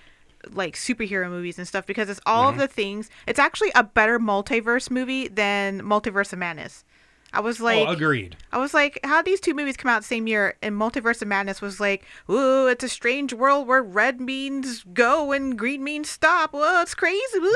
D: like superhero movies and stuff because it's all of the things. It's actually a better multiverse movie than Multiverse of Madness. I was like,
A: oh, agreed.
D: I was like, how these two movies come out the same year? And Multiverse of Madness was like, ooh, it's a strange world where red means go and green means stop. Whoa, it's crazy. Woo.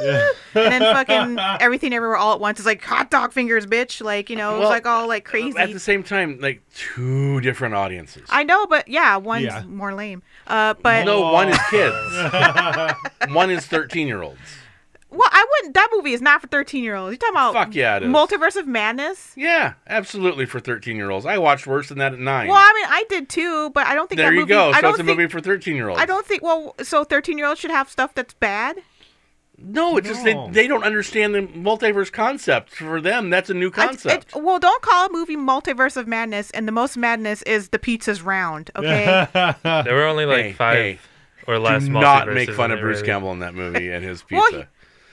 D: And
C: *laughs*
D: then fucking everything everywhere all at once is like hot dog fingers, bitch. Like you know, it was
C: Well,
D: like all like crazy.
C: At the same time, like two different audiences.
D: I know, but yeah, one's
A: Yeah.
D: more lame. Uh,
A: Oh.
D: but
C: no, one is kids,
A: *laughs*
C: one is thirteen year olds.
D: well, I wouldn't. That movie is not for thirteen year olds. You talking about
C: Fuck yeah, it is.
D: Multiverse of Madness?
C: Yeah, absolutely for thirteen year olds. I watched worse than that at nine.
D: Well, I mean, I did too, but I don't think
C: there
D: that
C: you
D: movie,
C: go.
D: I
C: So
D: don't
C: it's a
D: think,
C: movie for thirteen year olds.
D: I don't think. Well, so thirteen year olds should have stuff that's bad.
C: No, it's just they,
A: No.
C: they don't understand the multiverse concept. For them, that's a new
D: I- it-
C: concept.
D: well, don't call a movie Multiverse of Madness, and the most madness is the pizza's round. Okay,
C: *laughs*
E: There were only like
C: Hey,
E: five
C: hey,
E: or less.
C: Do not make
E: multiverses
C: fun
E: in
C: of
E: it,
C: Bruce
E: really.
C: Campbell in that movie and
D: *laughs*
C: his
D: Well,
C: pizza.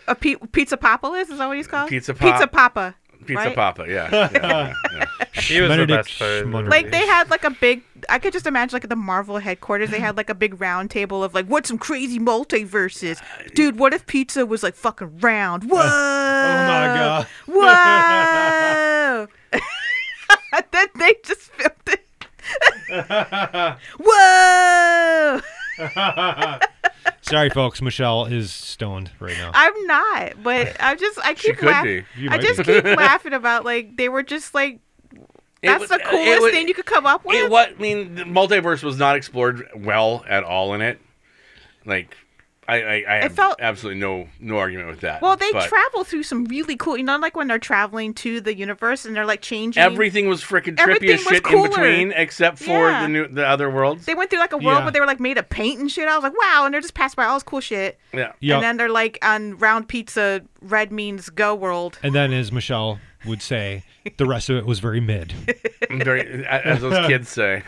D: a pi- pizza populous is that what he's called?
C: Pizza pop-
D: Pizza Papa.
C: pizza
D: right?
C: Papa,
D: *laughs*
C: yeah. yeah, yeah, yeah.
E: He was the
A: Benedict
E: best part. of the
A: Cumberbatch.
D: Like
E: movie.
D: they had like a big. I could just imagine like at the Marvel headquarters, they had like a big round table of like, what's some crazy multiverses,
C: Uh,
D: dude? What if pizza was like
C: *laughs*
D: fucking round? Whoa!
A: Oh,
D: my god!
C: *laughs*
D: Whoa! *laughs* And then they just filmed it. *laughs* Whoa!
A: Sorry, folks. Michelle is stoned right now.
D: I'm not, but I just I keep
C: could
D: laughing.
C: be.
A: You
D: I
A: might
D: just
A: be.
D: keep laughing about like they were just like
C: It
D: that's
C: was-
D: the
C: it
D: coolest
C: was-
D: thing you could come up with.
C: It, what I mean, the multiverse was not explored well at all in it. Like, I, I, I have
D: felt-
C: absolutely no no argument with that.
D: well, they
C: but
D: travel through some really cool. You know, like when they're traveling to the universe and they're like changing.
C: Everything was freaking trippy
D: Everything
C: as
D: was
C: shit in
D: cooler.
C: between, except for
D: Yeah.
C: the new the other worlds.
D: They went through like a world
A: Yeah.
D: where they were like made of paint and shit. I was like, wow, and they're just passed by all this cool shit.
C: yeah.
A: Yep.
D: And then they're like on round pizza, red means go world.
A: And then, as Michelle would say, the rest of it was very mid.
C: Very, as those
D: *laughs*
C: kids say.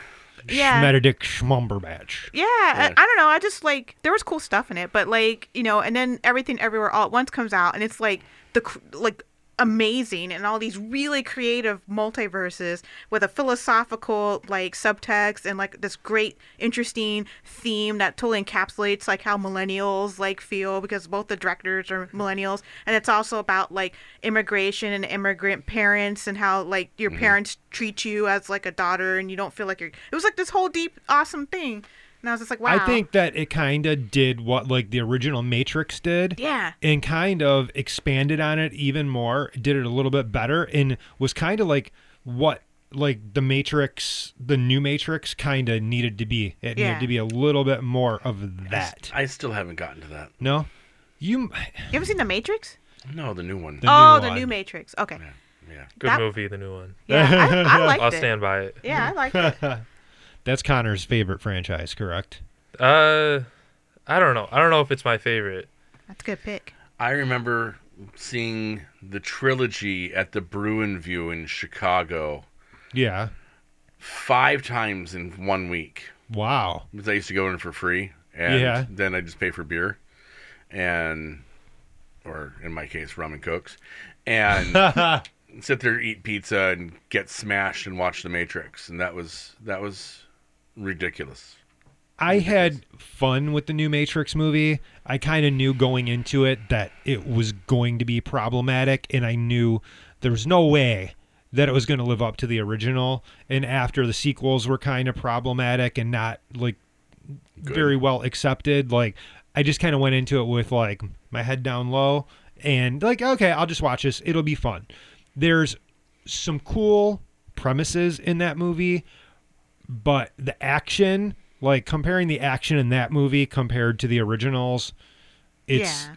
D: Yeah.
A: Benedict Schmumberbatch.
D: Yeah, I, I don't know. I just like there was cool stuff in it, but like you know, and then everything everywhere all at once comes out, and it's like the cr- like amazing and all these really creative multiverses with a philosophical like subtext and like this great interesting theme that totally encapsulates like how millennials like feel because both the directors are millennials and it's also about like immigration and immigrant parents and how like your parents treat you as like a daughter and you don't feel like you're it was like this whole deep awesome thing and I was just like, wow.
A: I think that it kind of did what like the original Matrix did.
D: Yeah.
A: And kind of expanded on it even more, did it a little bit better, and was kind of like what like the Matrix, the new Matrix kind of needed to be. It
D: Yeah.
A: needed to be a little bit more of that.
C: I still haven't gotten to that.
A: No? You
D: You ever seen The Matrix?
C: No, the new one.
A: The
D: oh,
A: new
D: the new
A: one.
D: Matrix. Okay.
C: yeah.
E: Good
D: that-
E: movie, the new one.
D: Yeah, I, I liked
E: I'll
D: it.
E: stand by it.
D: Yeah, I liked it.
A: That's Connor's favorite franchise, correct?
E: Uh, I don't know. I don't know if it's my favorite.
D: That's a good pick.
C: I remember seeing the trilogy at the Bruin View in Chicago
A: Yeah.
C: five times in one week.
A: Wow.
C: because I used to go in for free, and
A: Yeah.
C: then I just pay for beer, and or in my case, rum and cokes, and sit there eat pizza and get smashed and watch The Matrix, and that was that was ridiculous.
A: I had fun with the new Matrix movie. I kind of knew going into it that it was going to be problematic, and I knew there was no way that it was going to live up to the original. And after the sequels were kind of problematic and not like very well accepted, like I just kind of went into it with like my head down low and like, okay, I'll just watch this. It'll be fun. There's some cool premises in that movie but the action like comparing the action in that movie compared to the originals it's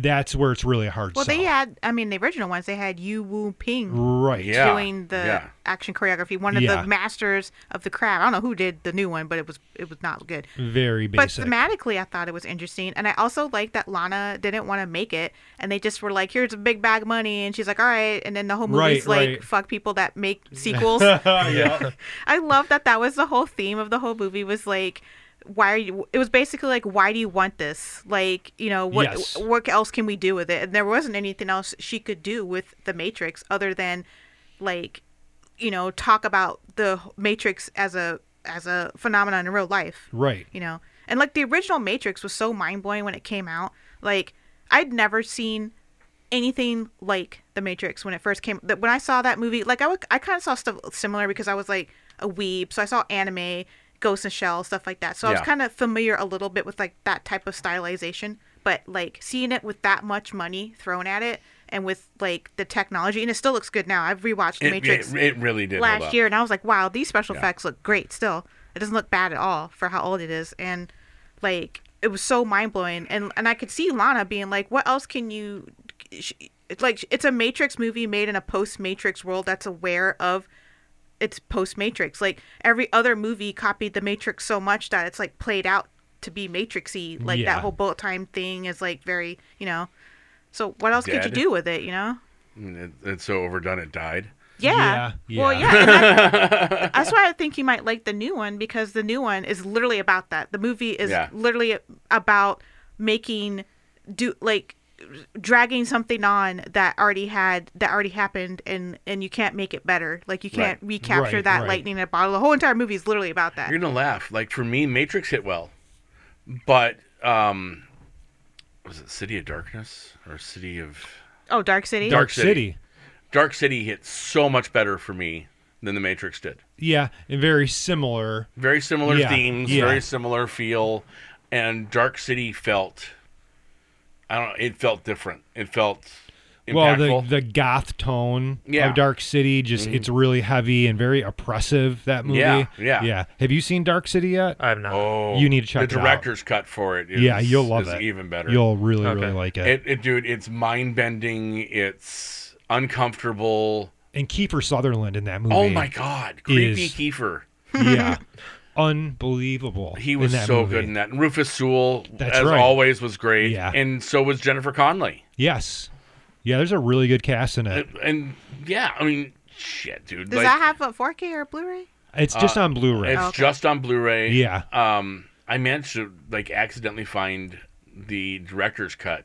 A: that's where it's really a hard
D: Well,
A: sell.
D: they had, I mean, the original ones, they had Yu Wu Ping
A: right
C: Yeah.
D: doing the
C: yeah.
D: action choreography. One of
A: Yeah.
D: the masters of the craft. I don't know who did the new one, but it was it was not good.
A: very
D: But
A: basic
D: thematically, I thought it was interesting, and I also liked that Lana didn't want to make it, and they just were like, "Here's a big bag of money," and she's like, "All right," and then the whole
A: Right,
D: movie's like,
A: right.
D: "Fuck people
A: *laughs*
D: that make sequels."
A: yeah
D: *laughs* I love that that was the whole theme of the whole movie was like why are you it was basically like why do you want this like you know what
A: Yes.
D: what else can we do with it and there wasn't anything else she could do with the matrix other than like you know talk about the matrix as a as a phenomenon in real life
A: right
D: you know and like the original matrix was so mind-blowing when it came out like i'd never seen anything like the matrix when it first came that when i saw that movie like i would, i kind of saw stuff similar because i was like a weeb so i saw anime ghost and shell stuff like that so i was
C: Yeah.
D: kind of familiar a little bit with like that type of stylization but like seeing it with that much money thrown at it and with like the technology and it still looks good now i've rewatched the
C: It,
D: matrix
C: it, it really did. hold
D: last
C: up.
D: year, and I was like, wow, these special effects look great still. It doesn't look bad at all for how old it is, and like it was so mind blowing, and and I could see Lana being like, what else can you? she- It's like it's a Matrix movie made in a post Matrix world that's aware of it's post Matrix. Like every other movie copied the Matrix so much that it's like played out to be Matrixy. Like
A: Yeah.
D: that whole bullet time thing is like very you know. So what else could
C: Dead.
D: you do with it? You know.
C: And it, it's so overdone it died.
D: Yeah.
A: Yeah,
D: Well,
A: yeah.
D: yeah. and
A: *laughs*
D: that- that's why I think you might like the new one because the new one is literally about that. The movie is
C: Yeah.
D: literally about making do like dragging something on that already had that already happened and and you can't make it better. Like you can't recapture
A: Right,
D: that
A: right.
D: lightning in a bottle. The whole entire movie is literally about that.
C: You're gonna laugh. Like for me, Matrix hit well, but um, was it City of Darkness or City of
D: Oh, Dark City.
A: dark
C: Dark City.
A: city
C: Dark City hit so much better for me than The Matrix did.
A: yeah and very similar
C: Very similar
A: Yeah,
C: themes,
A: yeah.
C: very similar feel, and Dark City felt. I don't know. It felt different. It felt
A: well
C: impactful.
A: the the goth tone
C: Yeah. Mm-hmm.
A: of dark city just it's really heavy and very oppressive that movie
C: Yeah, yeah.
A: yeah have you seen dark city yet
E: I have not.
C: oh,
A: you need to check
C: the
A: it out.
C: director's cut for it. Is,
A: yeah you'll love
C: is
A: it
C: Even better.
A: you'll really really
E: Okay.
A: like it,
C: It, it, dude. It's mind bending. It's uncomfortable.
A: and kiefer sutherland in that movie
C: Oh my god, creepy
A: is-
C: Kiefer.
A: *laughs* yeah, unbelievable.
C: He
A: in
C: was
A: that
C: so
A: movie.
C: good in that. And Rufus Sewell,
A: That's
C: as
A: right.
C: always, was great.
A: Yeah.
C: And so was Jennifer Conley.
A: Yes, yeah. There's a really good cast in it.
C: And yeah, I mean, shit, dude.
D: Does
C: like,
D: that have a 4K or a Blu-ray?
A: It's just on Blu-ray.
C: uh, It's
D: Okay.
C: just on Blu-ray.
A: Yeah.
C: Um, I managed to like accidentally find the director's cut,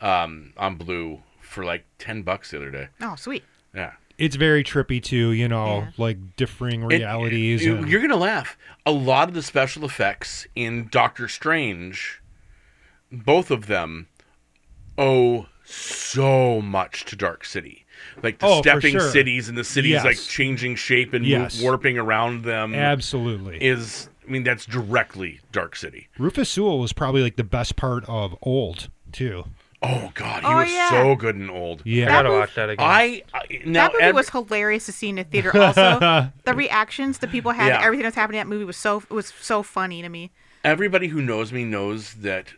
C: um, on blue for like ten bucks the other day.
D: Oh, sweet.
C: Yeah.
A: It's very trippy too. You know,
D: Yeah.
A: like differing
C: It-
A: realities.
C: you-
A: and-
C: You're gonna laugh. A lot of the special effects in Doctor Strange, both of them, owe so much to Dark City. Like the
A: Oh, for
C: stepping
A: sure.
C: cities and the cities
A: Yes.
C: like changing shape and mo-
A: Yes.
C: warping around them
A: Absolutely.
C: is. I mean, that's directly Dark City.
A: Rufus Sewell was probably like the best part of Old too.
C: Oh God, he
D: Oh,
C: was
D: yeah.
C: so good and old.
E: I
A: Yeah.
E: gotta
D: movie-
E: watch that *laughs* again.
C: I, I now
D: that movie
C: ev-
D: was hilarious to see in the theater.
A: *laughs*
D: Also, the reactions the people had,
C: Yeah.
D: to everything that's happening in that movie was so was so funny to me.
C: everybody who knows me knows that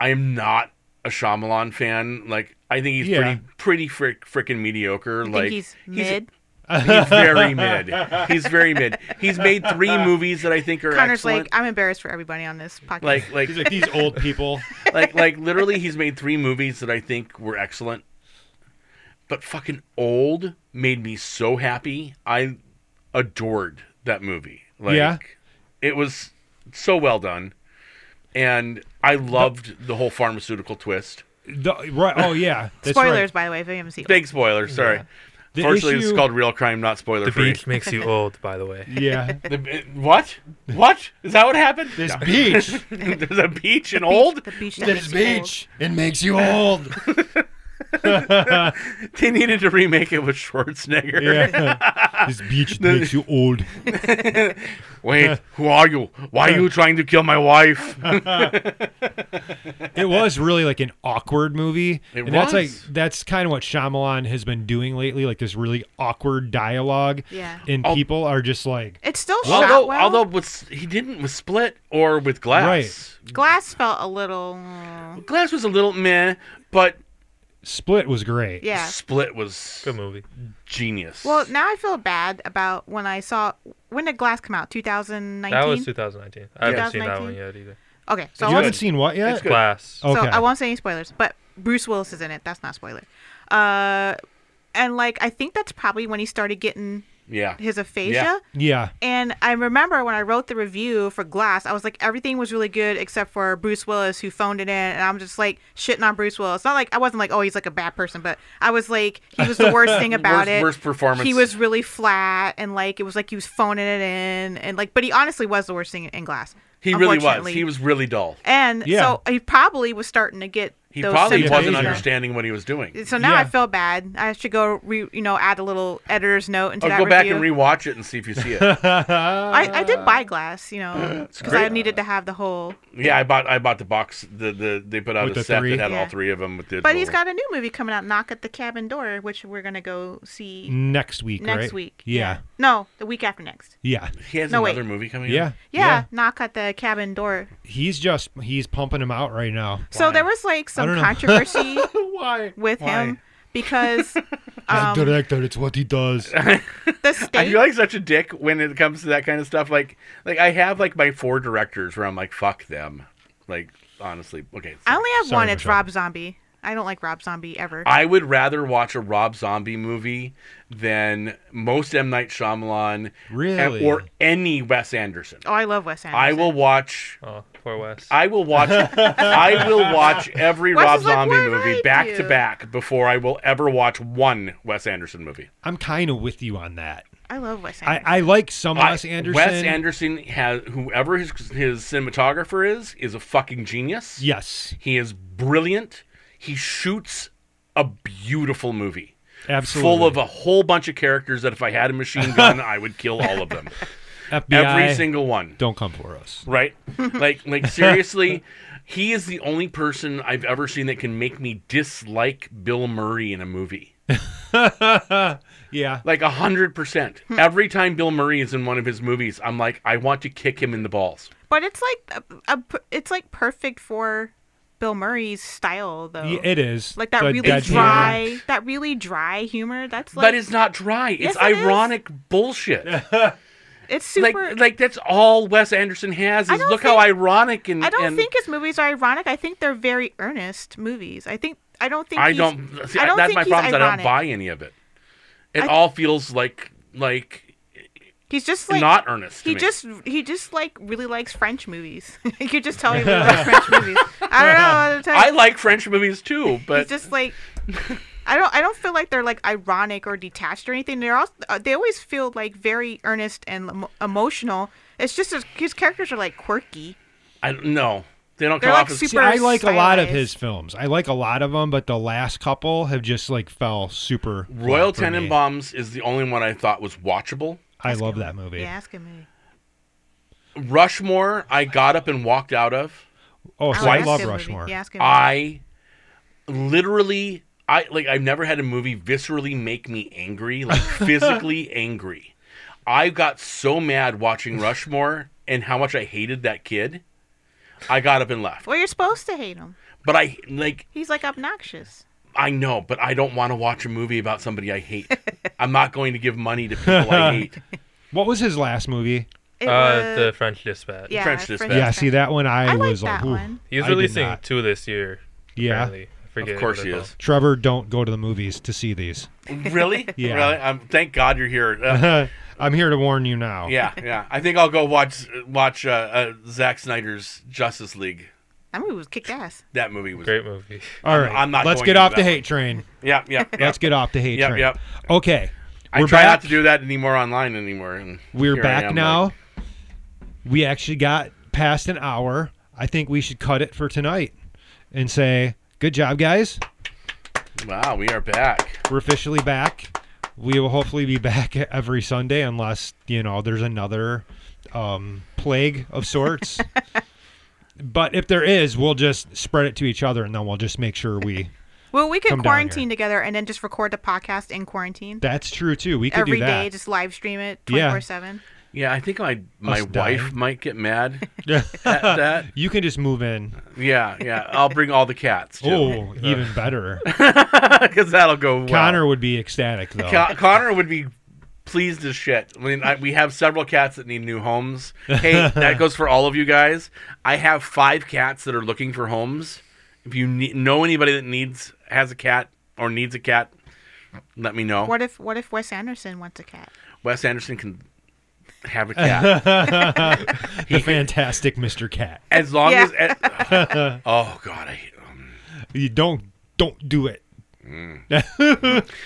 C: I am not a Shyamalan fan. Like I think he's
A: Yeah.
C: pretty pretty frick freaking mediocre.
D: You
C: like
D: think he's mid?
C: He's
A: *laughs*
C: very mid. He's very mid. He's made three movies that I think are
D: Connor's
C: excellent.
D: like, I'm embarrassed for everybody on this podcast.
C: Like, like,
A: He's like these old people.
C: like like literally he's made three movies that I think were excellent. But fucking old made me so happy. I adored that movie. Like
A: Yeah.
C: it was so well done. And I loved the whole pharmaceutical twist.
A: The- right? Oh yeah. That's
D: Spoilers,
A: Right.
D: by the way, if you haven't seen it.
C: Big spoiler, sorry.
A: The
C: Fortunately, this is
A: issue-
C: called real crime, not spoiler
E: The
C: free.
E: beach makes you old, by the way.
A: Yeah.
C: The- what? What is that? What happened?
A: This
C: No.
A: beach.
C: *laughs* There's a beach and old.
D: The beach. that
A: this
D: makes you old.
A: beach. It makes you old.
C: They needed to remake it with Schwarzenegger.
A: *laughs* Yeah. this beach makes you old. *laughs*
C: Wait, who are you? Why are you trying to kill my wife?
A: It was really like an awkward movie.
C: It
A: and that's like
C: was.
A: that's kind of what Shyamalan has been doing lately, like this really awkward dialogue.
D: Yeah.
A: And
C: Al-
A: people are just like
D: It's still shot
C: although,
D: well.
C: although with, he didn't with Split or with Glass.
D: Glass felt a little. mm,
C: Glass was a little meh, but
A: Split was great.
D: Yeah.
C: Split was
E: Good movie.
C: genius.
D: Well, now I feel bad about when I saw. When did Glass come out? 2019?
E: That was 2019. I haven't seen that one
D: 2019?
E: yet either.
D: Okay, so
A: You
D: I won't,
A: haven't seen what yet?
C: It's good.
E: Glass.
A: Oh.
D: so
A: Okay.
D: I won't say any spoilers, but Bruce Willis is in it. That's not a spoiler. Uh, and like I think that's probably when he started getting
C: yeah,
D: his aphasia.
C: Yeah.
A: Yeah.
D: And I remember when I wrote the review for Glass, I was like, everything was really good except for Bruce Willis, who phoned it in. And I'm just like shitting on Bruce Willis. Not like I wasn't like, oh, he's like a bad person, but I was like, he was the
C: *laughs*
D: worst thing about
C: Worst-
D: it.
C: worst performance.
D: He was really flat, and like it was like he was phoning it in, and like, but he honestly was the worst thing in Glass.
C: he really was.
D: unfortunately.
C: He was really dull.
D: And
A: Yeah.
D: so he probably was starting to get.
C: He
D: those
C: probably
D: symptoms
C: wasn't
A: Yeah.
D: now.
C: understanding what he was doing.
D: So now I
A: Yeah.
D: feel bad. I should go, re, you know, add a little editor's note into
C: I'll
D: that
C: go back
D: review.
C: and rewatch it and see if you
A: *laughs*
C: see it.
D: I, I did buy glass, you know, because I
C: great.
D: needed to have the whole.
C: yeah, I bought I bought the box. The, the they put out
A: With
C: a
A: the
C: set
A: three?
C: that had
D: Yeah.
C: all three of them with the.
D: But he's
C: little-
D: got a new movie coming out, Knock at the Cabin Door, which we're gonna go see
A: Next week,
D: next
A: right?
D: week.
A: Mm, Yeah.
D: No, the week after next.
A: Yeah.
C: He has
D: no, wait.
C: another movie coming.
A: Yeah.
C: out?
D: Yeah, Knock at the Cabin Door.
A: He's just he's pumping him out right now.
D: So there was like
A: I
D: some
A: don't know.
D: controversy
A: Why?
D: with
C: Why?
D: him because um,
A: director, it's what he does.
D: the
C: I
D: state.
C: feel like such a dick when it comes to that kind of stuff. Like, like I have like my four directors where I'm like, fuck them. Like, honestly, okay.
D: I only have
A: Sorry,
D: one. It's
A: Michelle.
D: Rob Zombie. I don't like Rob Zombie ever.
C: I would rather watch a Rob Zombie movie than most M Night Shyamalan,
A: Really?
C: or any Wes Anderson.
D: oh, I love Wes Anderson.
C: I will watch.
E: Oh, poor Wes.
C: I will watch. I will watch every
D: Wes
C: Rob
D: is like,
C: Zombie
D: "Why
C: movie
D: not
C: back to
D: you?"
C: back before I will ever watch one Wes Anderson movie.
A: *laughs* I'm kind of with you on that.
D: I love Wes Anderson.
A: I, I like some Wes
C: I-
A: Anderson.
C: Wes Anderson has whoever his his cinematographer is is a fucking genius.
A: Yes,
C: He is brilliant. He shoots a beautiful movie.
A: absolutely.
C: Full of a whole bunch of characters that if I had a machine gun, I would kill all
A: *laughs*
C: of them.
A: FBI.
C: Every single one.
A: Don't come for us.
C: Right? Like like seriously, he is the only person I've ever seen that can make me dislike Bill Murray in a movie.
A: Yeah.
C: Like a hundred percent. Every time Bill Murray is in one of his movies, I'm like, I want to kick him in the balls.
D: but it's like a, a, it's like perfect for Bill Murray's style, though.
A: Yeah, it is
D: like that
A: The
D: really
A: dead
D: dry, that really dry humor. That's like
C: but it's not dry.
D: Yes,
C: It's
D: it is.
C: ironic bullshit.
D: it's
C: like
D: super.
C: like that's all Wes Anderson has is
D: don't
C: look how
D: think-
C: ironic and
D: I don't
C: and
D: think his movies are ironic. I think they're very earnest movies. I think I don't think
C: I
D: he's-
C: don't see,
D: I don't
C: that's
D: think
C: my
D: he's
C: problem is I don't
D: ironic.
C: buy any of it. It all feels like like
D: He's just like
C: not earnest. to
D: He
C: me.
D: just he just like really likes French movies. *laughs* you could just tell he really likes French movies. I don't know. How to tell you.
C: I like French movies too, but
D: He's just like I don't I don't feel like they're like ironic or detached or anything. They're all uh, they always feel like very earnest and emo- emotional. It's just his, his characters are like quirky.
C: I don't know. They don't
D: They're
C: come
D: like
C: off as
D: super-
A: See, I like a lot of
D: stylized.
A: his films. I like a lot of them, but the last couple have just like fell super. flat
C: Royal
A: for me.
C: Tenenbaums is the only one I thought was watchable.
A: I love that movie.
D: Yeah, ask him. maybe.
C: Rushmore, I got up and walked out of.
A: Oh, so
D: like
A: I
D: that
A: love
D: good movie.
A: Rushmore.
D: Yeah, ask him.
C: I literally I like I've never had a movie viscerally make me angry, like physically angry. I got so mad watching Rushmore and how much I hated that kid. I got up and left.
D: well, you're supposed to hate him.
C: But I like
D: He's like obnoxious.
C: I know, but I don't want to watch a movie about somebody I hate. I'm not going to give money to people I hate.
A: What was his last movie?
D: It
E: Uh,
D: was-
E: the French Dispatch.
D: yeah,
C: French Dispatch.
A: Yeah, see that one I,
D: I like
A: was
D: that
A: like, ooh,
D: one.
E: He's
A: I did
E: releasing
A: not.
E: two this year.
A: Yeah,
E: apparently. I forget
C: Of
E: what
C: course
E: they're
C: he
E: called.
C: is.
A: Trevor, don't go to the movies to see these.
C: Really?
A: Yeah.
C: Really? I'm, thank God you're here. Uh,
A: *laughs* I'm here to warn you now.
C: yeah, yeah. I think I'll go watch watch uh, uh, Zack Snyder's Justice League.
D: That movie was kicked ass.
C: That movie was.
E: Great movie. *laughs*
A: All right,
C: I'm not
A: let's
C: going
A: get
C: to
A: off
C: that
A: the
C: one.
A: hate train.
C: Yeah, yeah.
A: *laughs*
C: yeah.
A: Let's get off the hate
C: Yep,
A: train.
C: yep.
A: Okay,
C: I
A: we're
C: try
A: back.
C: not to do that anymore online anymore. And
A: We're
C: here I
A: back
C: am,
A: now.
C: like,
A: we actually got past an hour. I think we should cut it for tonight and say, good job, guys.
C: wow, we are back.
A: We're officially back. We will hopefully be back *laughs* every Sunday unless, you know, there's another um, plague of
D: *laughs*
A: sorts. but if there is, we'll just spread it to each other and then we'll just make sure we.
D: Well, we could
A: Come down here.
D: quarantine together and then just record the podcast in quarantine
A: That's true too. We could
D: every
A: do that.
D: day. Just live stream it
A: Yeah.
D: twenty four seven.
C: Yeah, I think my my
A: Us dying.
C: wife might
A: *laughs*
C: get mad at that.
A: you can just move *laughs* in.
C: Yeah, yeah. I'll bring all the cats. *laughs* too.
A: Oh, even *laughs* better.
C: because that'll go. Well.
A: Connor would be ecstatic though.
C: Con- Connor would be pleased as shit. I mean, I, we have several cats that need new homes.
A: *laughs*
C: Hey, that goes for all of you guys. I have five cats that are looking for homes. If you ne- know anybody that needs has a cat or needs a cat, let me know.
D: What if What if Wes Anderson wants a cat?
C: Wes Anderson can
A: *laughs*
C: have a cat
A: the *laughs* fantastic Mr. Cat.
C: as long
D: Yeah.
C: as.
A: *laughs*
C: oh God, I hate. Um,
A: You don't don't do it.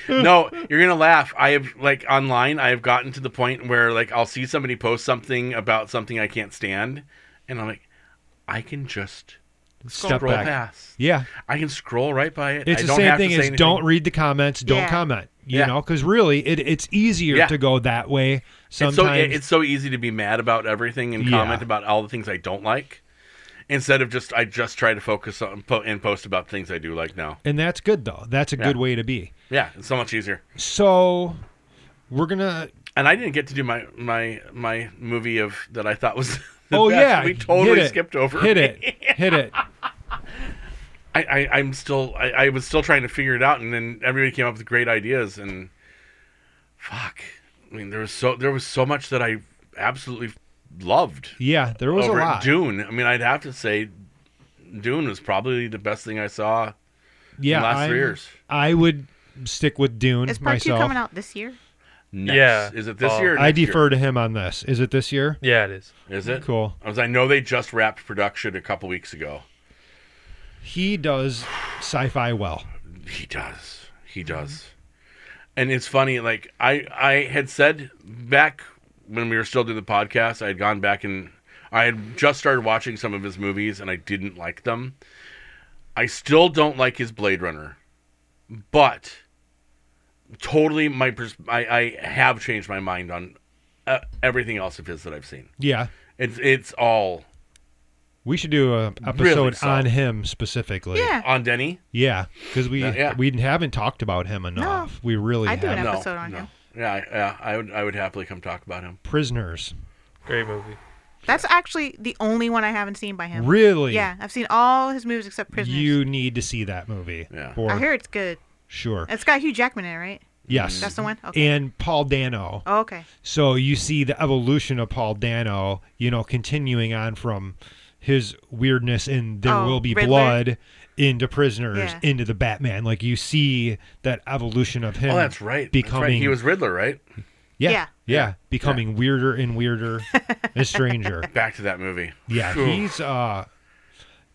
C: no, you're gonna laugh. I have like online. I have gotten to the point where like I'll see somebody post something about something I can't stand, and I'm like, I can just
A: Step
C: scroll
A: back.
C: past.
A: Yeah,
C: I can scroll right by it.
A: it's
C: I
A: the
C: don't
A: same
C: have to
A: thing
C: say
A: as
C: anything.
A: don't read the comments, don't
D: Yeah.
A: comment. You
C: Yeah.
A: know, because really, it, it's easier
C: Yeah.
A: to go that way
C: It's
A: sometimes.
C: so it's so easy to be mad about everything and
A: Yeah.
C: comment about all the things I don't like, instead of just I just try to focus on po- and post about things I do like now.
A: and that's good though. That's a good way to be.
C: Yeah, it's so much easier.
A: So we're gonna.
C: And I didn't get to do my my my movie of that I thought was. *laughs* the
A: oh
C: best.
A: yeah,
C: we
A: hit
C: totally
A: it.
C: skipped over.
A: Hit it,
C: *laughs*
A: hit it.
C: I, I I'm still I, I was still trying to figure it out, and then everybody came up with great ideas, and fuck, I mean there was so there was so much that I absolutely loved.
A: Yeah, there was a
C: over at
A: lot.
C: Dune. I mean, I'd have to say, Dune was probably the best thing I saw.
A: yeah,
C: last
A: I'm-
C: three years.
A: I would stick with Dune
D: Is part two
A: myself.
D: coming out this year?
C: Next.
E: Yeah.
C: is it this
E: Well,
C: year? Or
A: I
C: next year?
A: defer to him on this. Is it this year?
E: Yeah, it is.
C: Is it
A: Cool.
C: As I know, they just wrapped production a couple weeks ago.
A: He does sci-fi well.
C: He does. He
D: Mm-hmm.
C: does. And it's funny. Like I, I had said back when we were still doing the podcast, I had gone back and I had just started watching some of his movies, and I didn't like them. I still don't like his Blade Runner, but totally my pers- I, I have changed my mind on uh, everything else of his that I've seen.
A: Yeah,
C: It's it's all
A: we should do an episode on
C: solid.
A: him specifically.
D: Yeah,
C: on Denny.
A: Yeah, because we
C: Yeah.
A: we haven't talked about him enough. We really
D: I do
A: have
D: an
C: No,
D: episode on
C: no.
D: him.
C: Yeah, I- yeah, I would I would happily come talk about him.
A: prisoners.
E: Great movie.
D: That's actually the only one I haven't seen by him.
A: Really?
D: Yeah, I've seen all his movies except Prisoners.
A: You need to see that movie.
C: Yeah.
A: For
D: I hear it's good.
A: sure.
D: It's got Hugh Jackman in it, right?
A: Yes.
D: That's the one? Okay.
A: And Paul Dano.
D: Oh, okay.
A: So you see the evolution of Paul Dano, you know, continuing on from his weirdness in There
D: Oh,
A: Will Be
D: Riddler?
A: Blood into Prisoners
D: Yeah.
A: into the Batman. Like you see that evolution of him.
C: Oh, that's right.
A: Becoming
C: that's right. he was Riddler, right?
A: yeah,
D: Yeah.
A: yeah. Becoming weirder and weirder
D: *laughs*
A: and stranger.
C: Back to that movie.
A: Yeah,
C: Phew.
A: he's uh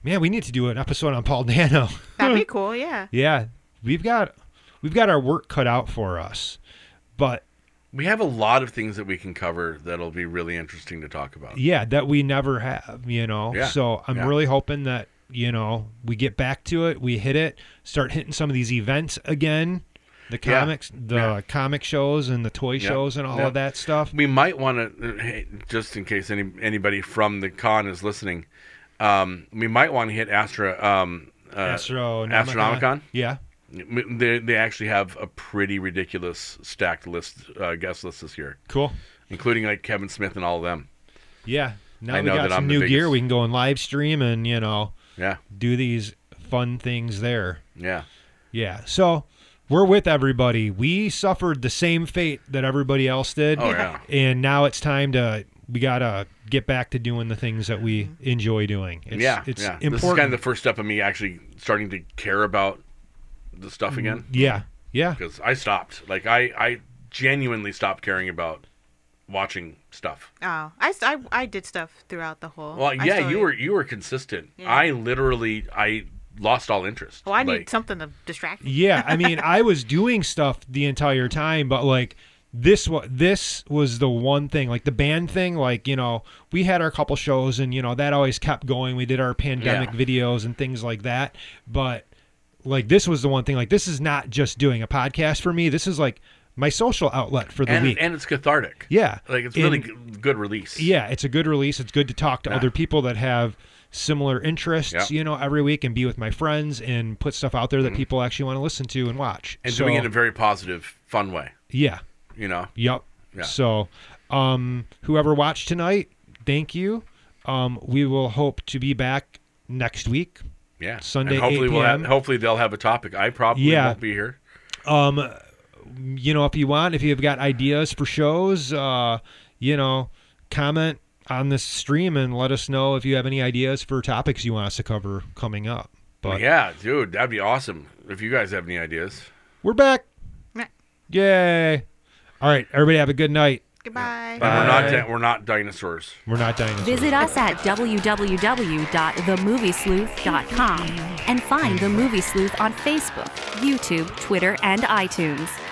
A: man, we need to do an episode on Paul
C: *laughs*
A: Dano. *laughs*
D: That'd be cool, yeah.
A: yeah, we've got we've got our work cut out for us. But
C: we have a lot of things that we can cover that'll be really interesting to talk about.
A: yeah, that we never have, you know.
C: Yeah,
A: So I'm
C: yeah.
A: really hoping that, you know, we get back to it, we hit it, start hitting some of these events again. The
C: Yeah,
A: comics, the
C: yeah.
A: comic shows and the toy shows and all
C: yeah.
A: of that stuff.
C: We might want to, hey, just in case any anybody from the con is listening, um, we might want to hit Astra. Um, uh,
A: Astronomicon.
C: Astronomicon?
A: Yeah.
C: m- They, they actually have a pretty ridiculous stacked list, uh, guest list this year,
A: Cool.
C: including like Kevin Smith and all of them.
A: Yeah. Now
C: I
A: we
C: know
A: got
C: that
A: some
C: I'm the
A: new gear.
C: biggest-
A: We can go and live stream and, you know,
C: Yeah,
A: do these fun things there.
C: yeah.
A: Yeah. So we're with everybody. We suffered the same fate that everybody else did.
C: Oh, yeah.
A: And now it's time to we gotta get back to doing the things that we enjoy doing. It's,
C: yeah,
A: It's
C: yeah.
A: important.
C: This is kind of the first step of me actually starting to care about the
A: Mm-hmm.
C: stuff again
A: yeah. Yeah.
C: because I stopped. Like I, I genuinely stopped caring about watching stuff.
D: Oh, I, s- I- I did stuff throughout the whole.
C: Well,
D: Oh, I
C: yeah,
D: still
C: you
D: do.
C: were you were consistent.
D: Yeah.
C: I literally I lost all interest.
D: Well, I need
C: Like,
D: something to distract me.
A: Yeah, I mean, I was doing stuff the entire time, but like this was this was the one thing, like the band thing. Like you know, we had our couple shows, and you know that always kept going. We did our pandemic
C: Yeah.
A: videos and things like that, but like this was the one thing. Like this is not just doing a podcast for me. This is like my social outlet for the
C: and
A: week.
C: and it's cathartic.
A: yeah,
C: like it's
A: And-
C: really g- good release.
A: yeah, it's a good release. It's good to talk to other people that have similar interests,
C: Yep.
A: you know, every week and be with my friends and put stuff out there that people actually want to listen to and watch.
C: Mm-hmm. and
A: so,
C: doing it in a very positive, fun way.
A: yeah,
C: You know,
A: yep.
C: Yeah.
A: So, um, whoever watched tonight, thank you. Um, we will hope to be back next week.
C: yeah.
A: Sunday,
C: And hopefully
A: 8
C: we'll have,
A: PM.
C: hopefully they'll have a topic. I probably
A: Yeah.
C: won't be here.
A: You know, if you want, if you've got ideas for shows, uh, you know, comment on this stream and let us know if you have any ideas for topics you want us to cover coming up. But
C: yeah, dude, that'd be awesome if you guys have any ideas.
A: we're back.
D: Meh.
A: Yay. All right, everybody have a good night.
D: Goodbye.
C: And we're not di- we're not dinosaurs.
A: We're not dinosaurs.
B: Visit us at www.themoviesleuth.com and find The Movie Sleuth on Facebook, YouTube, Twitter, and iTunes.